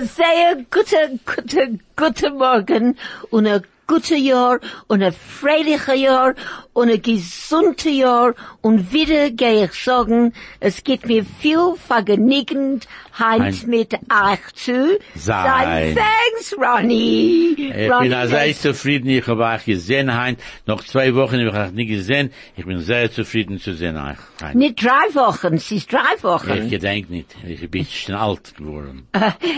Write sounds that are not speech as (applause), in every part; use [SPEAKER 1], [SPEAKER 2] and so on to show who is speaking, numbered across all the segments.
[SPEAKER 1] sehr guter, guter, guter Morgen und ein guter Jahr und ein freilicher Jahr und ein gesunder Jahr und wieder gehe ich sagen, es geht mir viel vergnügend heint
[SPEAKER 2] Hein.
[SPEAKER 1] mit euch zu
[SPEAKER 2] Sein.
[SPEAKER 1] sein. Thanks, Ronny.
[SPEAKER 2] Ich bin also sehr zufrieden, ich habe euch gesehen, Hein. Noch zwei Wochen habe ich euch nicht gesehen. Ich bin sehr zufrieden zu sehen, euch, Hein.
[SPEAKER 1] Nicht drei Wochen, es ist drei
[SPEAKER 2] Ich
[SPEAKER 1] Wochen.
[SPEAKER 2] gedenk nicht. Ich
[SPEAKER 1] (laughs)
[SPEAKER 2] bin schon alt geworden.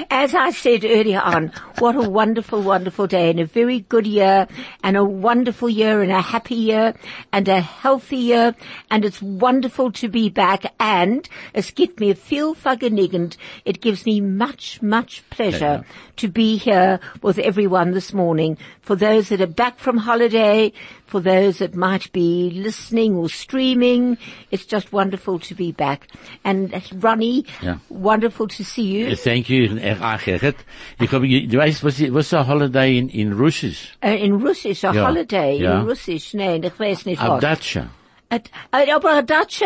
[SPEAKER 1] As I said earlier on, what a wonderful, wonderful day and a very good year and a wonderful year and a happy year and a healthy year and it's wonderful to be back and es gibt mir viel vergnügend. It gives me much, much pleasure to be here with everyone this morning. For those that are back from holiday, for those that might be listening or streaming, it's just wonderful to be back. And uh, Ronnie,
[SPEAKER 2] Yeah.
[SPEAKER 1] wonderful to see you.
[SPEAKER 2] Thank you, ich achechet. Ich habe, ge- du weißt, was, was ist ein Holiday in, in Russisch?
[SPEAKER 1] Äh, in Russisch, a
[SPEAKER 2] Ja,
[SPEAKER 1] holiday,
[SPEAKER 2] ja. Ah,
[SPEAKER 1] in Russisch, nein, ich weiß nicht was.
[SPEAKER 2] Abdatscha.
[SPEAKER 1] Et- äh, Aber a Datsche,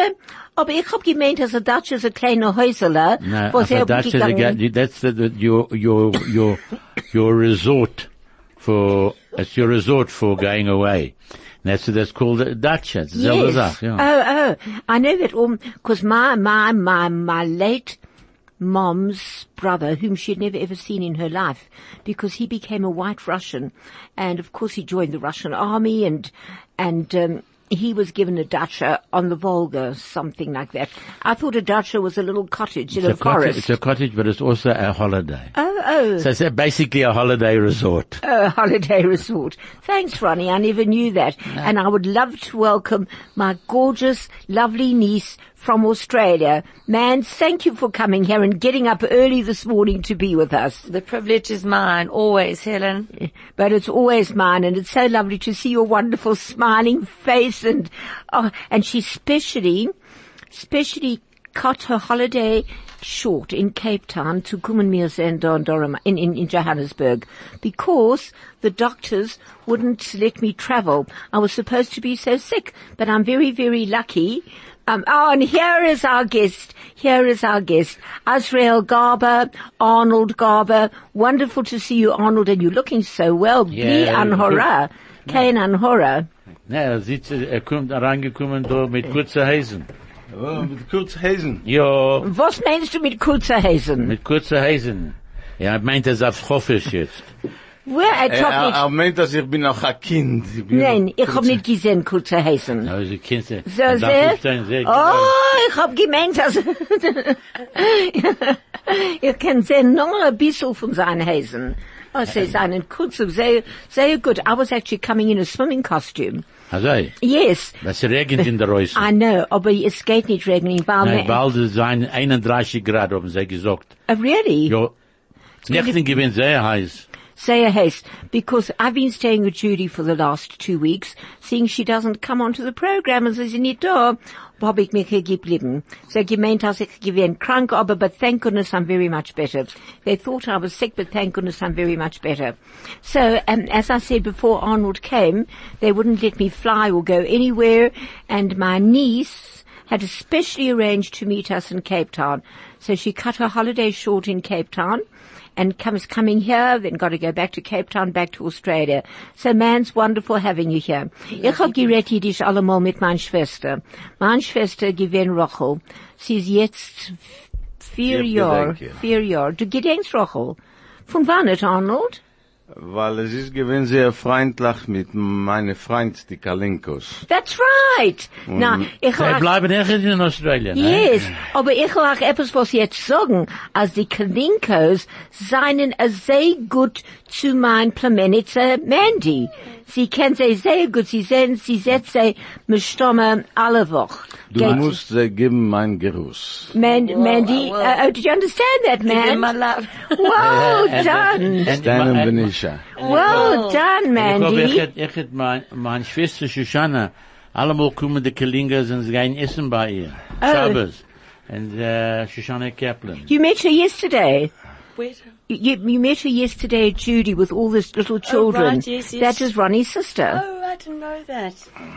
[SPEAKER 1] aber ich hab gemeint, dass a Datsche ist ein kleiner Häuserle,
[SPEAKER 2] Na,
[SPEAKER 1] wo sie
[SPEAKER 2] Abdatscha,
[SPEAKER 1] abgegangen
[SPEAKER 2] that's the, the, your, your, your, your resort for, it's your resort for going away. And that's, that's called a dacha. It's dieselbe Sache, ja.
[SPEAKER 1] Oh, oh, I know that all, cause my, my, my, my late mom's brother, whom she had never ever seen in her life, because he became a white Russian, and of course he joined the Russian army, and, and, um, he was given a dacha on the Volga, something like that. I thought a dacha was a little cottage in a,
[SPEAKER 2] It's a cottage,
[SPEAKER 1] forest.
[SPEAKER 2] it's a cottage, but it's also a holiday.
[SPEAKER 1] oh, oh,
[SPEAKER 2] So it's a- basically a holiday resort.
[SPEAKER 1] a holiday resort. Thanks, Ronnie. I never knew that. And I would love to welcome my gorgeous, lovely niece from Australia. Man, thank you for coming here and getting up early this morning to be with us.
[SPEAKER 3] The privilege is mine, always, Helen.
[SPEAKER 1] But it's always mine and it's so lovely to see your wonderful smiling face and, oh, and she specially, specially cut her holiday short in Cape Town to Kummenmils and Dondorama in, in, in Johannesburg because the doctors wouldn't let me travel. I was supposed to be so sick, but I'm very, very lucky. Um, oh, and here is our guest. Here is our guest. Azrael Garber, Arnold Garber. Wonderful to see you, Arnold, and you're looking so well. Be
[SPEAKER 2] Yeah. (laughs)
[SPEAKER 1] anhora. Kane anhora.
[SPEAKER 2] Na, er sitzt, er kommt reingekommen da mit kurzer Häsen.
[SPEAKER 4] Oh, mit kurz Hesen.
[SPEAKER 2] Ja,
[SPEAKER 1] Was meinst du mit kurzer Hazen?
[SPEAKER 2] mit kurzer Häsen. Ja, er meint, er sagt Hoffisch jetzt.
[SPEAKER 1] We're at
[SPEAKER 2] Äh,
[SPEAKER 4] Er, er,
[SPEAKER 1] Chocolate
[SPEAKER 4] er meint, dass ich bin noch ein Kind. Ich bin
[SPEAKER 1] Nein, ich hab nicht gesehen, kurze Heisen.
[SPEAKER 2] Aber sie kennt sie.
[SPEAKER 1] So
[SPEAKER 2] Man darf
[SPEAKER 1] sehr?
[SPEAKER 2] aufstehen, sehr
[SPEAKER 1] Oh, ich hab gemeint, (laughs) also, ich kann sehen noch ein bisschen von seinen Heisen. Oh, sie ist einen kurzen, sehr, sehr gut. I was actually coming in a swimming costume.
[SPEAKER 2] Also,
[SPEAKER 1] Yes,
[SPEAKER 2] das regnet in
[SPEAKER 1] (laughs)
[SPEAKER 2] der Reus.
[SPEAKER 1] I know, Oh, aber es geht nicht regnen, weil
[SPEAKER 2] Nein,
[SPEAKER 1] man,
[SPEAKER 2] bald sein 31 Grad, haben sie gesagt.
[SPEAKER 1] Oh, really?
[SPEAKER 2] Ja, nächten gewinnt sehr heiß.
[SPEAKER 1] Say a haste, because I've been staying with Judy for the last two weeks, seeing she doesn't come onto the program and says, you need to, hab ich mich hier geblieben. So gemeint, dass ich gewesen krank, aber, but thank goodness I'm very much better. They thought I was sick, but thank goodness I'm very much better. So, um, as I said before Arnold came, they wouldn't let me fly or go anywhere, and my niece, had especially arranged to meet us in Cape Town. So she cut her holiday short in Cape Town and comes coming here, then got to go back to Cape Town, back to Australia. So man's wonderful having you here. Ich hab gerettet dich allemal mit meiner Schwester. Meine Schwester gewinnt Rochel. Sie ist jetzt vier
[SPEAKER 4] Ich
[SPEAKER 1] Jahre,
[SPEAKER 4] gedenke.
[SPEAKER 1] vier Jahre. Du gedenkst Rochel? Von wann hat Arnold?
[SPEAKER 4] Weil es ist gewesen sehr freundlich mit meinen Freund, die Kalinkos.
[SPEAKER 1] That's right. Na, ich
[SPEAKER 2] Sie
[SPEAKER 1] hab-
[SPEAKER 2] bleiben echt in Australien, ne?
[SPEAKER 1] Yes, aber ich will auch etwas was jetzt sagen, als die Klinkos seien a sehr gut zu mein Plamenitze Mandy. Sie kennt sie sehr gut, sie sehen, sie setzt sie mit Stimme alle Woche.
[SPEAKER 4] Du musst sie geben mein Geruß.
[SPEAKER 1] Man,
[SPEAKER 3] Whoa,
[SPEAKER 1] Mandy,
[SPEAKER 3] whoa.
[SPEAKER 1] uh, oh, did you understand that,
[SPEAKER 3] In my
[SPEAKER 1] man?
[SPEAKER 3] love.
[SPEAKER 4] (laughs)
[SPEAKER 1] Well
[SPEAKER 2] And-
[SPEAKER 1] done.
[SPEAKER 2] and-
[SPEAKER 4] Deinem
[SPEAKER 1] äh,
[SPEAKER 2] and-
[SPEAKER 4] bin ich ja.
[SPEAKER 1] Well done,
[SPEAKER 2] Ich
[SPEAKER 1] Mandy.
[SPEAKER 2] hab echt, echt, mein, meine Schwester Shoshana, allemal kommen die Kalingas und sie gehen essen bei ihr.
[SPEAKER 1] Oh.
[SPEAKER 2] Shabbos. Und, äh, Shoshana Kaplan.
[SPEAKER 1] You met her yesterday.
[SPEAKER 3] Wait.
[SPEAKER 1] You, you met her yesterday, Judy, with all those little children.
[SPEAKER 3] Oh, yes, yes.
[SPEAKER 1] That is Ronnie's sister.
[SPEAKER 3] Oh, I didn't know that.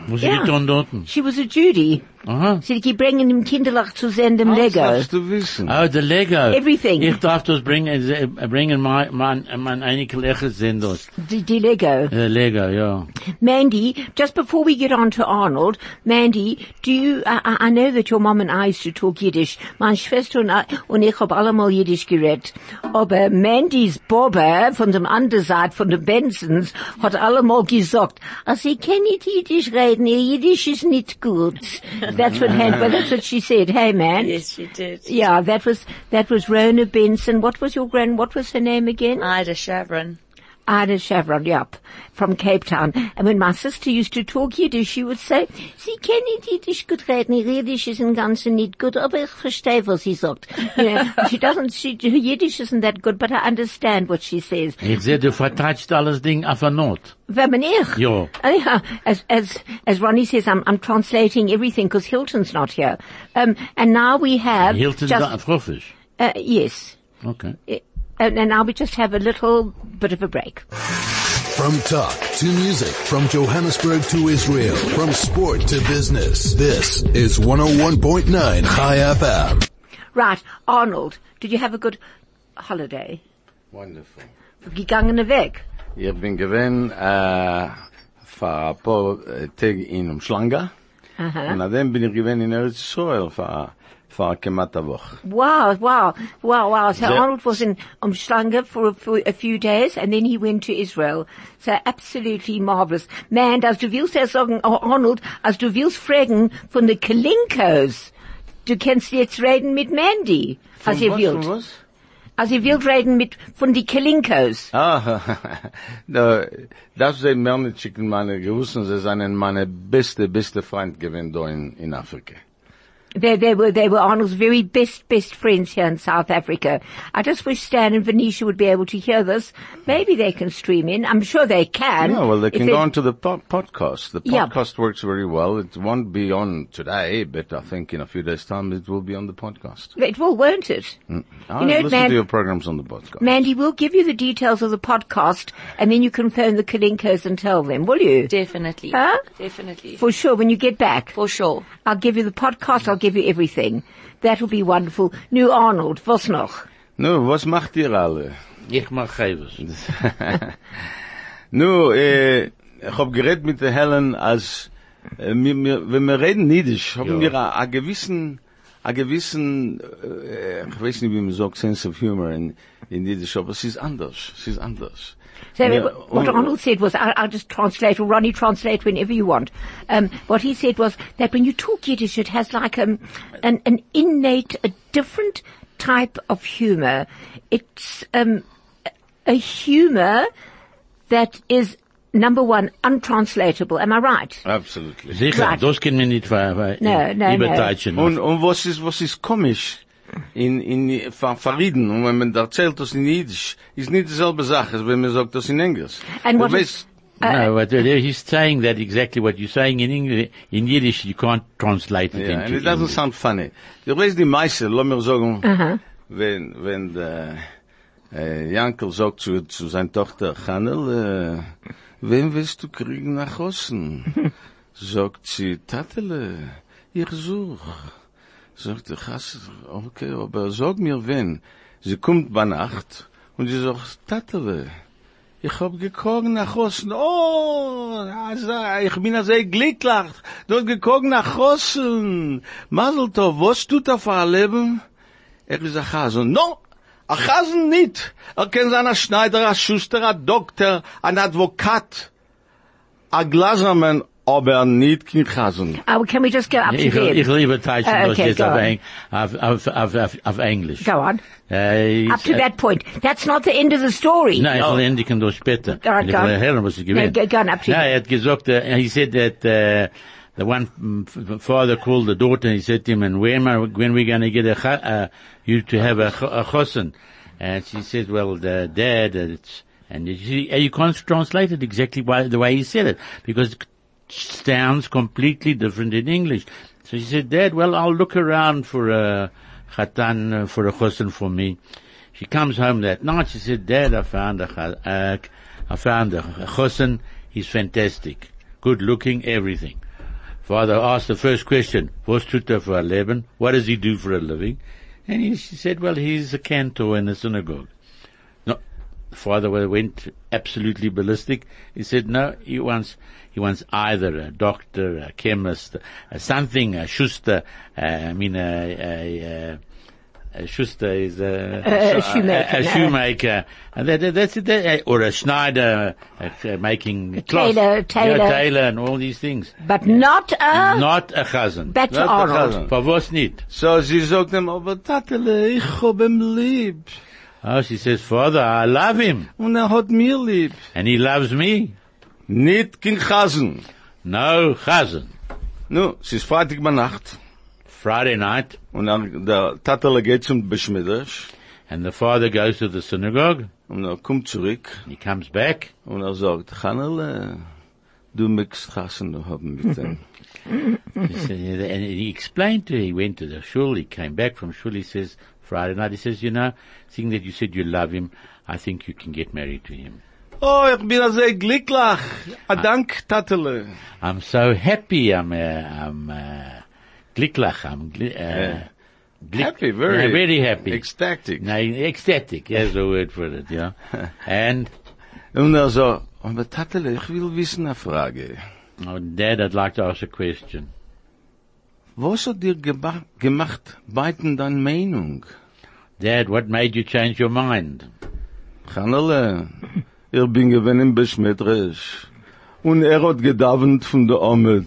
[SPEAKER 2] Wo sie
[SPEAKER 1] Ja.
[SPEAKER 2] getan dort?
[SPEAKER 1] She was a Judy.
[SPEAKER 2] Aha.
[SPEAKER 1] Sie die bringen ihm Kinderlach zu sehen, dem Lego.
[SPEAKER 4] darfst du wissen?
[SPEAKER 1] Ah.
[SPEAKER 2] Oh, the Lego.
[SPEAKER 1] Everything.
[SPEAKER 2] Ich darf das bringen, äh, bringen mein, mein, mein einige Lecher sind das.
[SPEAKER 1] Die, die Lego.
[SPEAKER 2] Äh, Lego, ja.
[SPEAKER 1] Mandy, just before we get on to Arnold, Mandy, do you, I, I- I know that your mom and I used to talk Yiddish. Meine Schwester und, I- und ich hab allemal Yiddish geredet. Aber Mandys uh, Bobber von dem anderen Seite, von den Bensons, hat allemal gesagt, also ich kann nicht Yiddish reden, ihr Yiddish ist nicht gut. That's what, Han- well, that's what she said. Hey man.
[SPEAKER 3] Yes, she did.
[SPEAKER 1] Yeah, that was, that was Rona Benson. What was your grand, what was her name again?
[SPEAKER 3] Ida Chevron.
[SPEAKER 1] Ida Chevron, yep, from Cape Town. And when my sister used to talk Yiddish, she would say, Sie kennen nicht Yiddish gut reden, ihr Yiddish ist im Ganzen nicht gut, aber ich verstehe, was sie sagt. (laughs) You know, she doesn't, she, her Yiddish isn't that good, but I understand what she says.
[SPEAKER 2] Ich sehe, du verteidigst alles Ding auf der Not.
[SPEAKER 1] Wenn man ich,
[SPEAKER 2] Ja.
[SPEAKER 1] Anyhow, as, as, as Ronnie says, I'm, I'm translating everything because Hilton's not here. Um, and now we have
[SPEAKER 2] Hilton
[SPEAKER 1] Uh, just,
[SPEAKER 2] da auf Rufisch.
[SPEAKER 1] uh, yes.
[SPEAKER 2] Okay.
[SPEAKER 1] Uh, And, and now we just have a little bit of a break.
[SPEAKER 5] From talk to music, from Johannesburg to Israel, from sport to business. This is 101.9 High FM.
[SPEAKER 1] Right, Arnold, did you have a good holiday?
[SPEAKER 4] Wonderful.
[SPEAKER 1] Gegangene Weg.
[SPEAKER 4] Ich bin gewesen, äh, für ein paar äh, Tage in Umschlanga.
[SPEAKER 1] Aha.
[SPEAKER 4] Und dann bin ich gewesen in Eretz Israel für, für כמעט eine Woche.
[SPEAKER 1] Wow, wow, wow, wow. So
[SPEAKER 4] The-
[SPEAKER 1] Arnold was in Umschlange for a, for a few days and then he went to Israel. So absolutely marvelous. Man, als du willst ja sagen, oh, Arnold, als du willst fragen von den Kalinkos, du kannst jetzt reden mit Mandy. Als ihr
[SPEAKER 4] was,
[SPEAKER 1] wollt.
[SPEAKER 4] was?
[SPEAKER 1] Als ihr wollt reden mit, von den Kalinkos.
[SPEAKER 4] Ah, (laughs) da, das sind Melnitschiken meine Gewissen, sie sind meine beste, beste Freund gewesen da in, in Afrika.
[SPEAKER 1] They, they were, they were Arnold's very best, best friends here in South Africa. I just wish Stan and Venetia would be able to hear this. Maybe they can stream in. I'm sure they can.
[SPEAKER 4] No, well, they
[SPEAKER 1] If
[SPEAKER 4] can go on to the po- podcast. The
[SPEAKER 1] Yeah.
[SPEAKER 4] podcast works very well. It won't be on today, but I think in a few days' time it will be on the podcast.
[SPEAKER 1] It will, won't it?
[SPEAKER 4] I
[SPEAKER 1] You know,
[SPEAKER 4] Mm. listen
[SPEAKER 1] man-
[SPEAKER 4] to your programs on the podcast.
[SPEAKER 1] Mandy, we'll give you the details of the podcast and then you can phone the Kalinkos and tell them, will you?
[SPEAKER 3] Definitely.
[SPEAKER 1] Huh?
[SPEAKER 3] Definitely. For,
[SPEAKER 1] For sure, when you get back.
[SPEAKER 3] sure.
[SPEAKER 1] I'll give you the podcast, I'll give you everything. That'll be wonderful. New Arnold, was noch?
[SPEAKER 4] Nu, was macht ihr alle?
[SPEAKER 2] Ich mach Chavis.
[SPEAKER 4] Nu, äh, ich hab geredet mit der Helen, als, äh, mir, mir, wenn wir reden Niedisch,
[SPEAKER 2] Ja.
[SPEAKER 4] haben wir a, a gewissen, a gewissen, äh, ich weiß nicht, wie man sagt, sense of humor in, in Niedisch, aber es ist anders, es ist anders.
[SPEAKER 1] So
[SPEAKER 4] Ja,
[SPEAKER 1] what
[SPEAKER 4] und-
[SPEAKER 1] Arnold said was, I'll, I'll just translate, or Ronnie translate whenever you want. Um, what he said was that when you talk Yiddish, it has like um, an, an innate, a different type of humor. It's um, a humor that is, number one, untranslatable. Am I right?
[SPEAKER 4] Uh, Absolutely.
[SPEAKER 2] Sicher,
[SPEAKER 1] Right.
[SPEAKER 2] das können wir nicht ver, ver,
[SPEAKER 1] No, no,
[SPEAKER 2] überteilen.
[SPEAKER 4] Und, und was ist, was ist komisch? In, in, ver, verrieden. Und wenn man erzählt das in Jiddisch, ist nicht dieselbe Sache, als wenn man sagt das in Englisch.
[SPEAKER 1] And
[SPEAKER 4] Du
[SPEAKER 1] what is-
[SPEAKER 4] weißt,
[SPEAKER 2] no, but uh, he's saying that exactly what you're saying in English. In Yiddish, you can't translate it
[SPEAKER 4] Yeah, and
[SPEAKER 2] into
[SPEAKER 4] it doesn't
[SPEAKER 2] English.
[SPEAKER 4] sound funny. Du weißt die meiste, lass mir sagen, wenn, wenn der äh, Jankel sagt zu, zu seiner Tochter, Hanel, äh, wen willst du kriegen nach Osten? sagt sie, Tatele, uh, ich such. Sagt der Hass, okay, aber sag mir wen. Sie kommt bei Nacht und sie sagt, uh, Tatele, Ich hab gekogen nach Hossen. Oh, also, ich bin also glücklich. Du hast gekogen nach Hossen. Mazel tov, was tut er für ein Leben? Er ist ein Hasen. No, ein Hasen nicht. Er kann sein ein Schneider, ein Schuster, ein Doktor, ein Advokat, ein Glasermann, aber er nicht kein Hasen.
[SPEAKER 1] Uh, can we just go up to
[SPEAKER 2] Ich,
[SPEAKER 1] there?
[SPEAKER 2] ich liebe Teilchen,
[SPEAKER 1] Uh,
[SPEAKER 2] das
[SPEAKER 1] okay,
[SPEAKER 2] jetzt
[SPEAKER 1] go
[SPEAKER 2] auf,
[SPEAKER 1] on.
[SPEAKER 2] Eng- auf, auf, auf, auf, auf Englisch.
[SPEAKER 1] Go on.
[SPEAKER 2] Äh,
[SPEAKER 1] Up to
[SPEAKER 2] äh,
[SPEAKER 1] that point. That's not the end of the story.
[SPEAKER 2] Nein, ich will endigen das später.
[SPEAKER 1] All right,
[SPEAKER 2] ich
[SPEAKER 1] go on.
[SPEAKER 2] will hören, was ich gewinne.
[SPEAKER 1] No, go- go on, up to you.
[SPEAKER 2] Nein, er hat gesagt, äh, he said that, uh, the one mm, f- father called the daughter and he said to him, and when are, when we gonna get a, cha- uh, you to have a, cho- a chosen? And she said, well, the dad, uh, it's, and you, see, uh, you can't translate it exactly by the way he said it, because it sounds completely different in English. So she said, dad, well, I'll look around for a chatan, uh, for a chosen for me. She comes home that night. She said, "Dad, I found a, ch- uh, I found a chosen. He's fantastic, good looking, everything." Father asked the first question, was tut er for a living? What does he do for a living? And he she said, well, he's a cantor in a synagogue. No, father went absolutely ballistic. He said, no, he wants, he wants either a doctor, a chemist, a something, a schuster, uh, I mean, a, a, a, a schuster is a,
[SPEAKER 1] a shoemaker,
[SPEAKER 2] a,
[SPEAKER 1] no.
[SPEAKER 2] shoemaker. And that, that- that's it, that- or a schneider, uh, uh, making cloth.
[SPEAKER 1] tailor,
[SPEAKER 2] Yeah,
[SPEAKER 1] tailor.
[SPEAKER 2] tailor and all these things.
[SPEAKER 1] But not a,
[SPEAKER 2] Not a cousin.
[SPEAKER 1] better
[SPEAKER 4] not a
[SPEAKER 1] Arnold.
[SPEAKER 4] cousin.
[SPEAKER 2] For was nicht?
[SPEAKER 4] So sie sagt ihm, aber Tatele, ich hab ihm lieb.
[SPEAKER 2] Oh, she says, Father, I love him.
[SPEAKER 4] Und er hat mir lieb.
[SPEAKER 2] And he loves me.
[SPEAKER 4] Nicht kein Chasen.
[SPEAKER 2] No, cousin.
[SPEAKER 4] Nu, es ist Freitag bei Nacht.
[SPEAKER 2] Friday night,
[SPEAKER 4] Und dann, der Tatele geht zum Beschmidders.
[SPEAKER 2] and the father goes to the synagogue.
[SPEAKER 4] Und er kommt zurück.
[SPEAKER 2] He comes back.
[SPEAKER 4] Und er sagt, Hannele, du möchtest Chasen noch haben mit dem.
[SPEAKER 2] He said- and he explained to her, he went to the shul, he came back from shul, he says, Friday night, he says, you know, seeing that you said you love him, I think you can get married to him.
[SPEAKER 4] (laughs) oh, ich bin also glücklich. A Dank, Tatele.
[SPEAKER 2] I'm so happy, I'm, uh, I'm, uh, glücklich, I'm, gl- uh, glick-
[SPEAKER 4] Happy, very.
[SPEAKER 2] Yeah, very happy.
[SPEAKER 4] Ecstatic.
[SPEAKER 2] no, ecstatic, there's the word for it, yeah. and,
[SPEAKER 4] Und er so, aber Tatele, ich will wissen eine Frage.
[SPEAKER 2] Oh, Dad, I'd like to ask a question.
[SPEAKER 4] Was hat dir geba- gemacht, beiden deine Meinung? (laughs)
[SPEAKER 2] Dad, what made you change your mind?
[SPEAKER 4] Hannele, ich bin gewinn im Beschmetterisch. Und er hat gedauert von
[SPEAKER 2] (laughs)
[SPEAKER 4] der Omet.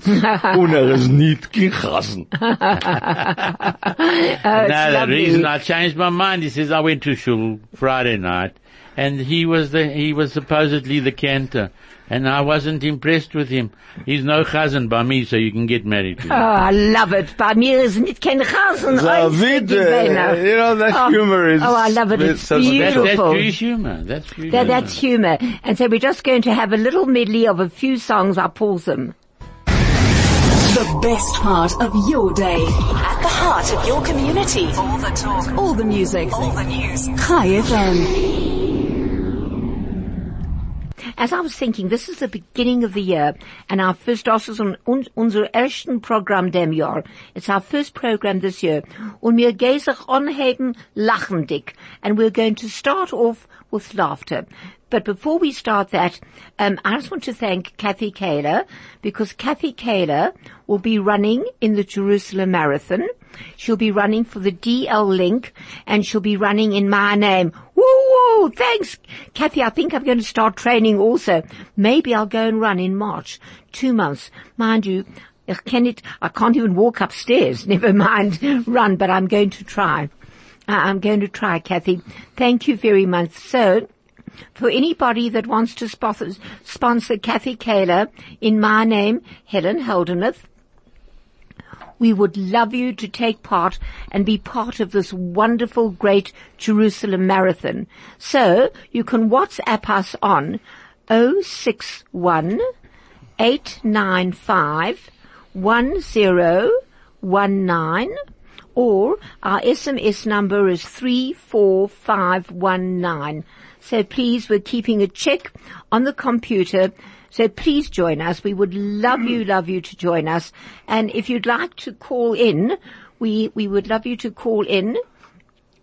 [SPEAKER 4] Und er ist nicht gechassen.
[SPEAKER 1] uh, it's
[SPEAKER 2] no, the
[SPEAKER 1] lovely.
[SPEAKER 2] reason I changed my mind, he says, I went to shul Friday night, and he was the, he was supposedly the cantor, and I wasn't impressed with him. He's no cousin by me, so you can get married to him.
[SPEAKER 1] Oh, I love it. Bei mir ist nicht kein Chasen.
[SPEAKER 4] So,
[SPEAKER 1] eins
[SPEAKER 4] wie
[SPEAKER 1] die Beine.
[SPEAKER 4] de- you know, that
[SPEAKER 1] Oh,
[SPEAKER 4] humor is...
[SPEAKER 1] oh, I love it. It's
[SPEAKER 4] so-
[SPEAKER 2] That- that's
[SPEAKER 1] beautiful.
[SPEAKER 2] Jewish humor. That's Jewish
[SPEAKER 1] That,
[SPEAKER 2] humor.
[SPEAKER 1] that's humor. And so we're just going to have a little medley of a few songs. I'll pause them.
[SPEAKER 6] The best part of your day.
[SPEAKER 7] At the heart of your community. All the talk.
[SPEAKER 6] All the music.
[SPEAKER 7] All the news.
[SPEAKER 6] Hi FM.
[SPEAKER 1] As I was thinking, this is the beginning of the year, and our first, das ist un, un, unser ersten Programm dem Jahr. It's our first program this year. Und wir gehen sich anheben lachendig. And we're going to start off with laughter. But before we start that, um, I just want to thank Kathy Kaler, because Kathy Kaler will be running in the Jerusalem Marathon. She'll be running for the DL Link, and she'll be running in my name. Woo! Whoa, thanks, Kathy. I think I'm going to start training also. Maybe I'll go and run in March. Two months. Mind you, I can it, I can't even walk upstairs. (laughs) Never mind run, but I'm going to try. I- I'm going to try, Kathy. Thank you very much. So, for anybody that wants to sponsor, sponsor Kathy Kaler in my name, Helen Holdeneth, we would love you to take part and be part of this wonderful, great Jerusalem Marathon. So you can WhatsApp us on 061 895 1019 or our SMS number is 34519. So please, we're keeping a check on the computer. So please join us. We would love you, love you to join us. And if you'd like to call in, we, we would love you to call in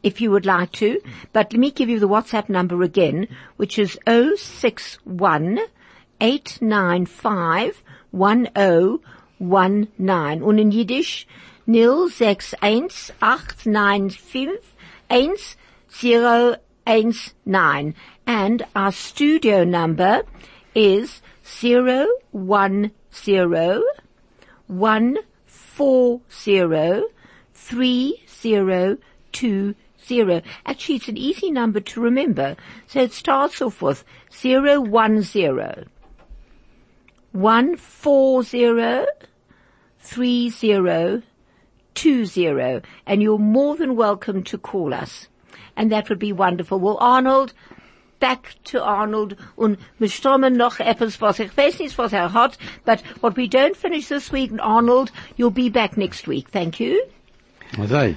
[SPEAKER 1] if you would like to. But let me give you the WhatsApp number again, which is 061 895 1019. Und in Yiddish 061 895 1019. And our studio number is 010 140 3020. Actually, it's an easy number to remember. So it starts off with 010 140 3020. And you're more than welcome to call us. And that would be wonderful. Well, Arnold, back to Arnold und wir stürmen noch etwas, was ich weiß nicht, was er hat, but what we don't finish this week, Arnold, you'll be back next week. Thank you.
[SPEAKER 4] Nur, du,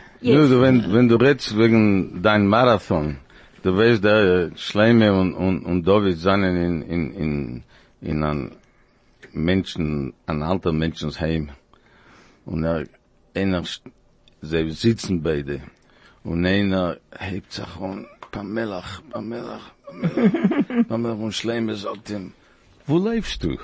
[SPEAKER 4] wenn, wenn du redest wegen dein Marathon, du weißt, der äh, Schleime und, und, und David sind in, in, in, in ein Menschen, ein alter Menschenheim. Und er, einer, st- sie sitzen beide. Und einer hebt sich an, Pamelach, Pamelach,
[SPEAKER 1] (laughs)
[SPEAKER 4] Pamelach, Pamelach und Schleime sagt ihm, wo lebst du?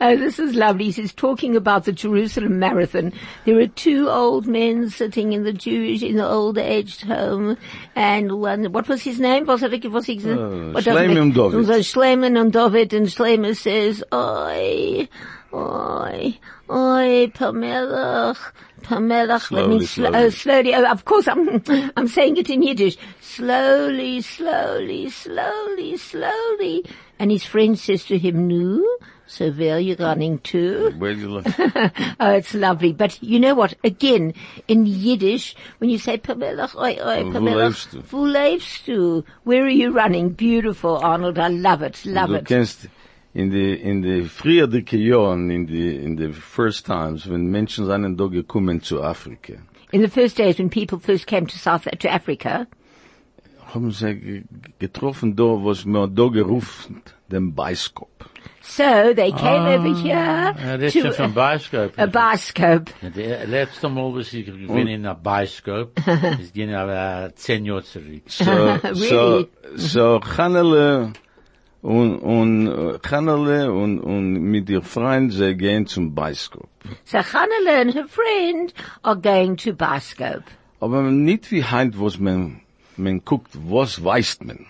[SPEAKER 1] Oh, this is lovely. He's talking about the Jerusalem Marathon. There are two old men sitting in the Jewish, in the old aged home, and one, what was his name? Was it, was his, what does it
[SPEAKER 4] Uh, Shlomo
[SPEAKER 1] make-
[SPEAKER 4] and David.
[SPEAKER 1] It was Shlomo and David, and Shlomo says, oi, oi, oi, Pamelach, Pamelach, let me
[SPEAKER 4] Slowly,
[SPEAKER 1] sl-
[SPEAKER 4] slowly.
[SPEAKER 1] oh, slowly, oh, of course I'm, (laughs) I'm saying it in Yiddish. Slowly, slowly, slowly, slowly. And his friend says to him, no, so where are you running to? (laughs)
[SPEAKER 4] Where do you live?
[SPEAKER 1] Oh, it's lovely. But you know what? Again, in Yiddish, when you say, Pamelach, oi, oi,
[SPEAKER 4] Wo lebst du?
[SPEAKER 1] Pamelach, wo lebst du? Where are you running? Beautiful, Arnold. I love it. Love
[SPEAKER 4] Du
[SPEAKER 1] it.
[SPEAKER 4] kennst, in the, in the früher die Kion, in the, in the first times, when Menschen seinen da gekommen zu Afrika,
[SPEAKER 1] In the first days when people first came to South, to Africa,
[SPEAKER 4] haben sie ge- getroffen da, was man da gerufen, den Beiskopf.
[SPEAKER 1] so they came over here
[SPEAKER 2] Uh, that's
[SPEAKER 1] to
[SPEAKER 2] from Bioscope.
[SPEAKER 1] a bioscope.
[SPEAKER 2] The last time all was been in a bioscope.
[SPEAKER 1] (laughs)
[SPEAKER 2] It's been about 10 years already.
[SPEAKER 4] So, so,
[SPEAKER 1] Really?
[SPEAKER 4] so, Hannele und, und, äh, Hannele und, und mit ihr Freund, sie gehen zum Beiskopf.
[SPEAKER 1] So Hannele and her friend are going to bioscope. (laughs)
[SPEAKER 4] Aber nicht wie heint, was man, man guckt, was weiß man.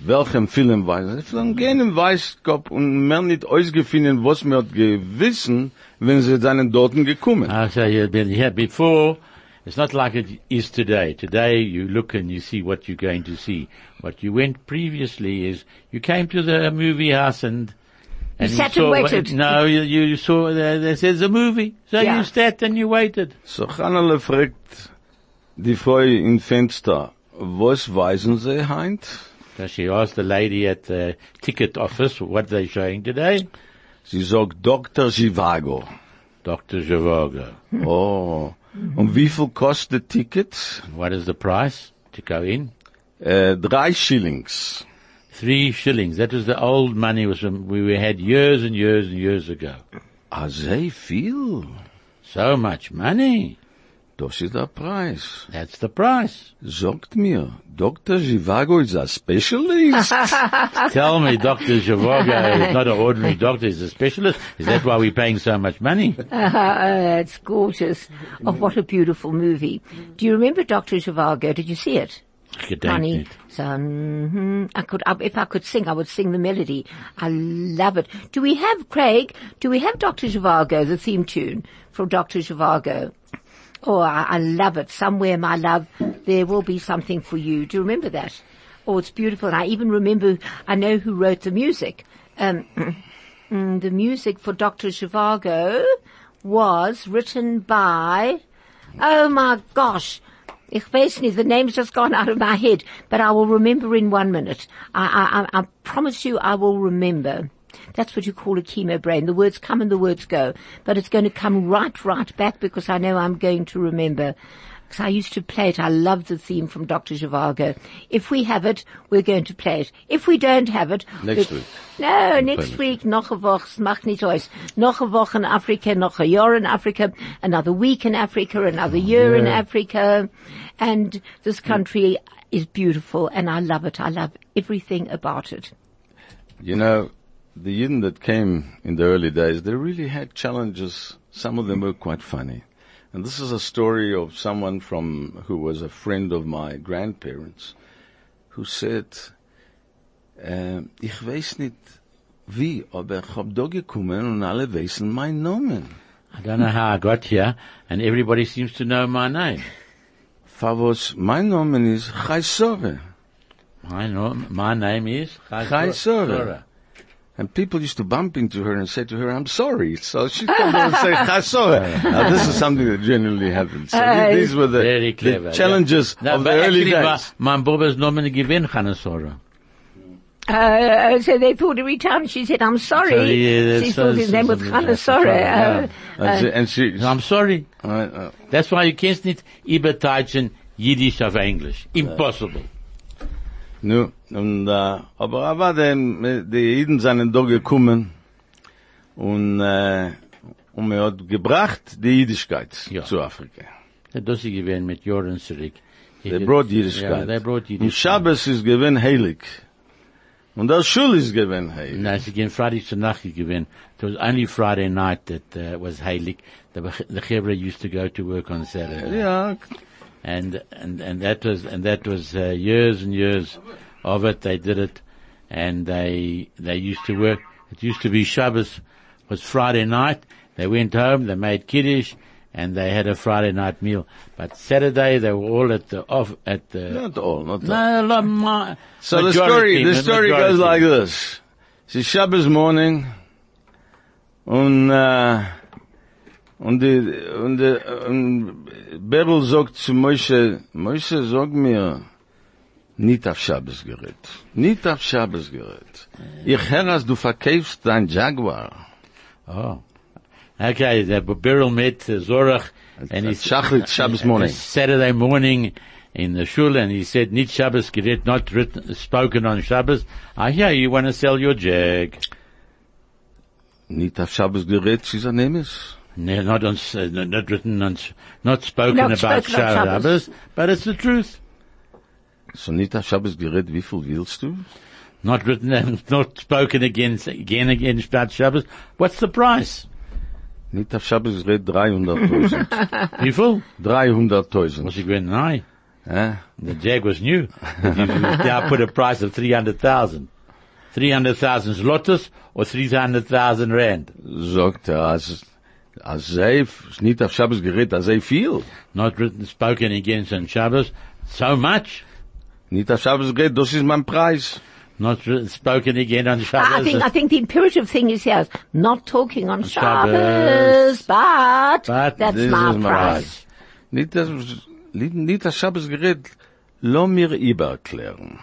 [SPEAKER 4] Welchem Film weiß man? Film gehen im Weißkopf und mehr nicht ausgefunden, was man hat gewissen, wenn sie seinen Dorten gekommen.
[SPEAKER 2] I say you've been here before. It's not like it is today. Today you look and you see what you're going to see. What you went previously is you came to the movie house and and
[SPEAKER 1] sat and
[SPEAKER 2] saw,
[SPEAKER 1] waited.
[SPEAKER 2] No, you, you saw there, there says a movie, so
[SPEAKER 1] Yeah.
[SPEAKER 2] you sat and you waited.
[SPEAKER 4] So Hannele fragt die Frau im Fenster, was weisen sie heint?
[SPEAKER 2] So she asked the lady at the ticket office what they're showing today.
[SPEAKER 4] Sie sagt Dr. Zhivago.
[SPEAKER 2] Dr. Zhivago.
[SPEAKER 4] Oh. Und wie viel kostet Ticket?
[SPEAKER 2] What is the price to go in?
[SPEAKER 4] Äh, drei Shillings.
[SPEAKER 2] Three shillings. That was the old money was from, we we had years and years and years ago.
[SPEAKER 4] Ah, sehr viel.
[SPEAKER 2] So much money.
[SPEAKER 4] Das ist der Preis.
[SPEAKER 2] That's the price.
[SPEAKER 4] Sagt mir, Dr. Zhivago is a specialist.
[SPEAKER 2] Tell me, Dr. Zhivago is not an ordinary doctor, he's a specialist. Is that why we're paying so much money?
[SPEAKER 1] Uh, it's gorgeous. Oh, what a beautiful movie. Do you remember Dr. Zhivago? Did you see it? Honey, so, mhm, I could, I, if I could sing, I would sing the melody. I love it. Do we have, Craig, do we have Dr. Zhivago, the theme tune from Dr. Zhivago? Oh, I, I love it. Somewhere, my love, there will be something for you. Do you remember that? Oh, it's beautiful. And I even remember, I know who wrote the music. Um, mm, the music for Dr. Zhivago was written by, oh my gosh, Ich weiß nicht, the name's just gone out of my head, but I will remember in one minute. I, I, I, I promise you I will remember. That's what you call a chemo brain. The words come and the words go, but it's going to come right, right back because I know I'm going to remember. Because I used to play it. I love the theme from Dr. Zhivago. If we have it, we're going to play it. If we don't have it,
[SPEAKER 4] Next
[SPEAKER 1] we-
[SPEAKER 4] week.
[SPEAKER 1] No, next week, noch a Woche, es macht nicht aus. Noch a Woche in Africa, noch a year in Africa, another week in Africa, another year in Africa. And this country is beautiful and I love it. I love everything about it.
[SPEAKER 4] you know, the Yidden that came in the early days, they really had challenges. Some of them were quite funny. And this is a story of someone from, who was a friend of my grandparents, who said, ähm, ich weiß nicht wie, aber ich hab da gekommen und alle wissen meinen Namen.
[SPEAKER 2] I don't know how I got here, and everybody seems to know my name.
[SPEAKER 4] Favos, mein Name ist Chaisore.
[SPEAKER 2] My, no, my name is Chai
[SPEAKER 4] Chai
[SPEAKER 2] Sora.
[SPEAKER 4] Sora. And people used to bump into her and say to her, I'm sorry. So she come and say, (laughs) "I'm sorry." Now this is something that generally happens. So
[SPEAKER 1] Uh,
[SPEAKER 4] these were the,
[SPEAKER 2] Very clever.
[SPEAKER 4] the
[SPEAKER 2] yeah.
[SPEAKER 4] challenges
[SPEAKER 2] No,
[SPEAKER 4] of the
[SPEAKER 2] but
[SPEAKER 4] early
[SPEAKER 2] actually, my-
[SPEAKER 4] days.
[SPEAKER 2] My Bobba's normally given Chana Sora.
[SPEAKER 1] Uh, so they thought every time she said, I'm sorry,
[SPEAKER 2] So, yeah,
[SPEAKER 1] she
[SPEAKER 2] so-
[SPEAKER 1] thought his
[SPEAKER 2] so-
[SPEAKER 1] name was
[SPEAKER 2] so-
[SPEAKER 1] Hannah
[SPEAKER 2] so-
[SPEAKER 1] Sorry.
[SPEAKER 2] yeah.
[SPEAKER 1] Uh,
[SPEAKER 4] And she, and she
[SPEAKER 2] I'm sorry.
[SPEAKER 4] uh, uh,
[SPEAKER 2] That's why you can't nicht überteilen Yiddish auf English. Impossible.
[SPEAKER 4] nu, und, äh, aber er war denn, äh, die Jeden seinen da gekommen und, äh, und er hat gebracht die Jüdischkeit
[SPEAKER 2] Ja.
[SPEAKER 4] zu Afrika.
[SPEAKER 2] Das ist gewesen mit Jordan zurück.
[SPEAKER 4] They brought
[SPEAKER 2] Ja,
[SPEAKER 4] Jüdischkeit.
[SPEAKER 2] they brought
[SPEAKER 4] Und
[SPEAKER 2] Jüdischkeit.
[SPEAKER 4] Shabbos ist gewinn heilig. Und das Schul ist gewinn heilig.
[SPEAKER 2] Nein, sie gehen Friday zur Nacht gewesen. It was only Friday night that uh, was heilig. The, the Hebrew used to go to work on Saturday.
[SPEAKER 4] Ja,
[SPEAKER 2] and and and that was and that was uh, years and years of it. They did it, and they they used to work. It used to be Shabbos was Friday night. They went home. They made kiddish, and they had a Friday night meal. But Saturday they were all at the off at the.
[SPEAKER 4] not all, not all.
[SPEAKER 2] No, lo- ma-
[SPEAKER 4] So the
[SPEAKER 2] majority,
[SPEAKER 4] story, the story
[SPEAKER 2] majority.
[SPEAKER 4] goes like this. It's a Shabbos morning, und, äh, und die, und die, und Beryl sagt zu Moshe, Moshe, sag mir, nicht auf Shabbos gerät. Nicht auf Shabbos gerät. Ich höre, dass du verkaufst dein Jaguar.
[SPEAKER 2] Oh. Okay, the burial met uh, Zorach and he
[SPEAKER 4] it's Shacharit Shabbos morning.
[SPEAKER 2] Saturday morning in the shul and he said, Nit Shabbos gedet, not written, spoken on Shabbos. I hear you want to sell your jag.
[SPEAKER 4] Nicht auf Shabbos gerät, sie sagt, nehm es.
[SPEAKER 2] No, not on, s- uh, no- not written on, s- not spoken
[SPEAKER 1] Not
[SPEAKER 2] about
[SPEAKER 1] spoken on
[SPEAKER 2] Shabbos, but it's the truth.
[SPEAKER 4] So nicht auf Shabbos gerät, wie viel willst du?
[SPEAKER 2] Not written, and (laughs) not spoken again, again, again about Shabbos. What's the price?
[SPEAKER 4] Nicht auf Shabbos gerät (laughs) 300.000.
[SPEAKER 2] You fool.
[SPEAKER 4] 300.000.
[SPEAKER 2] Was he going to
[SPEAKER 4] Äh?
[SPEAKER 2] The Jag was new. If you (laughs) now put a price of 300,000. 300,000 zlotys or 300,000 rand.
[SPEAKER 4] sagt er, als, als sei, ist nicht auf Schabbos gerät, als sei viel.
[SPEAKER 2] Not written, spoken against on Shabbos. So much.
[SPEAKER 4] Nicht auf Schabbos gerät, das ist mein Preis.
[SPEAKER 2] Not written, spoken again on
[SPEAKER 1] I
[SPEAKER 2] Shabbos.
[SPEAKER 1] think, I think the imperative thing is yes, not talking on
[SPEAKER 2] Shabbos.
[SPEAKER 1] Shabbos, but,
[SPEAKER 2] But
[SPEAKER 1] that's
[SPEAKER 4] this
[SPEAKER 1] my
[SPEAKER 4] is my
[SPEAKER 1] price.
[SPEAKER 4] Nicht auf, nicht auf Schabbos gerät, lo mir überklären.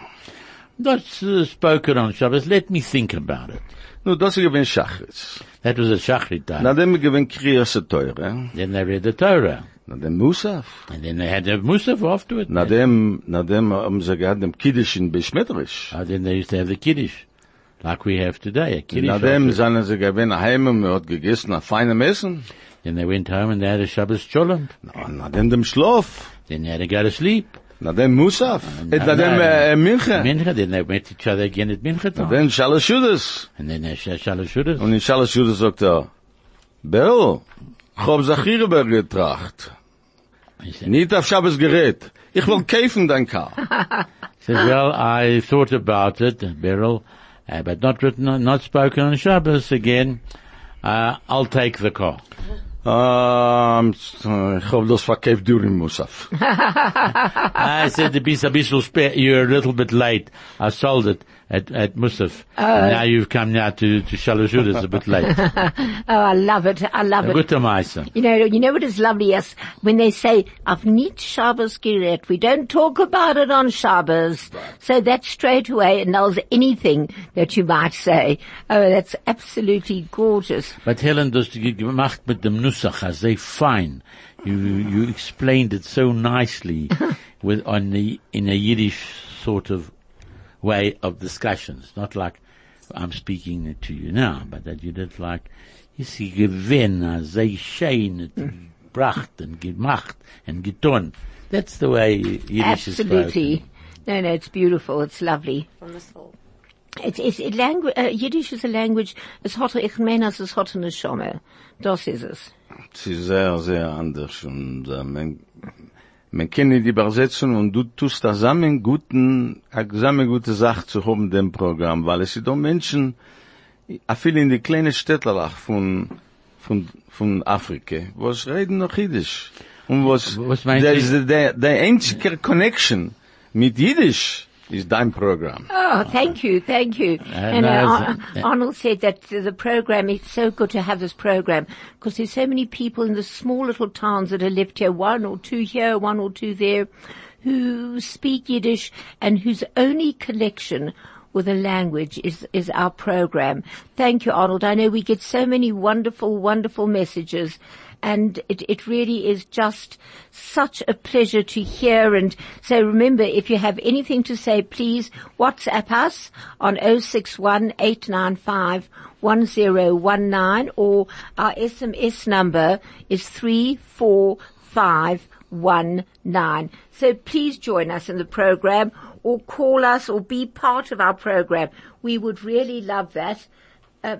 [SPEAKER 2] Not uh, spoken on Shabbos. Let me think about it.
[SPEAKER 4] Nur das ist gewinn Schachritz.
[SPEAKER 2] That was a Shachrit time.
[SPEAKER 4] Nachdem gewinn Kriyase Teure,
[SPEAKER 2] Then they read the Torah.
[SPEAKER 4] nachdem Musaf,
[SPEAKER 2] And then they had the Musaf afterwards.
[SPEAKER 4] nachdem, nachdem haben sie gehabt dem Kiddisch in Beschmetrisch.
[SPEAKER 2] And Uh, then they used to have the Kiddush. Like we have today, a Kiddush.
[SPEAKER 4] Nachdem
[SPEAKER 2] afterwards.
[SPEAKER 4] sind sie gewinn heim und hat gegessen ein feinem Essen.
[SPEAKER 2] Then they went home and they had a Shabbos Cholom.
[SPEAKER 4] Und nachdem dem Schlaf,
[SPEAKER 2] Then they had to go to sleep.
[SPEAKER 4] nachdem Musaf, und nachdem äh, äh, Minche,
[SPEAKER 2] Mincha, then they met each other again at Mincha time.
[SPEAKER 4] nachdem Shalosh Judas.
[SPEAKER 2] And then they said, Shalom Shudas.
[SPEAKER 4] Und in Schale Schuhe sagt er, Bell, ich hab Zachirber getracht.
[SPEAKER 2] He said,
[SPEAKER 4] Nicht auf Schabes gerät. Ich will käfen dein Kar.
[SPEAKER 2] said, well, I thought about it, Beryl, uh, but not written, on- not spoken on Shabbos again. Uh, I'll take the car.
[SPEAKER 4] Ähm, ich hab das verkauft durch den Musaf.
[SPEAKER 2] I said, the Bisa Bishul spare, you're a little bit late. I sold it at, at Musaf. And now you've come now to, to Shalom Shudas a bit late.
[SPEAKER 1] Oh, I love it. I love it.
[SPEAKER 2] Good to my son.
[SPEAKER 1] You know, you know what is lovely? Yes, when they say "I've need Shabbos gerät," we don't talk about it on Shabbos, so that straight away annuls anything that you might say. Oh, that's absolutely gorgeous.
[SPEAKER 2] But Helen, das ge- gemacht mit dem Nussach, as they fine. You, you explained it so nicely with, on the, in a Yiddish sort of way of discussions. Not like I'm speaking to you now, but that you did like, is sie gewinn, as they schein, gebracht and gemacht and getan. That's the way Yiddish is
[SPEAKER 1] absolutely.
[SPEAKER 2] spoken.
[SPEAKER 1] No, no, it's beautiful. It's lovely.
[SPEAKER 3] From the soul.
[SPEAKER 1] It's, it's it langu- uh, Yiddish is a language as hot ich meine as as hot in a shomer. Das is es.
[SPEAKER 4] Es ist sehr, sehr anders. Und äh, man, man kann nicht übersetzen und du tust zusammen guten, eine zusammen gute Sache zu haben, dem Programm. Weil es sind auch Menschen, auch viele in die kleinen Städte auch von, von, von Afrika, was reden noch Jiddisch. Und was,
[SPEAKER 2] Was meinst
[SPEAKER 4] der,
[SPEAKER 2] du?
[SPEAKER 4] ist der, der einzige Connection mit Jiddisch ist dein Programm.
[SPEAKER 1] Oh, thank you, thank you. and
[SPEAKER 2] no,
[SPEAKER 1] uh,
[SPEAKER 2] it's-
[SPEAKER 1] Ar- Arnold said that the the program, it's so good to have this program because there's so many people in the small little towns that are left here, one or two here, one or two there, who speak Yiddish and whose only connection with a language is, is our program. Thank you, Arnold. I know we get so many wonderful, wonderful messages and it, it really is just such a pleasure to hear. And so remember, if you have anything to say, please WhatsApp us on 061-895-1019 or our SMS number is 345 one nine. So please join us in the program or call us or be part of our program. We would really love that. Uh,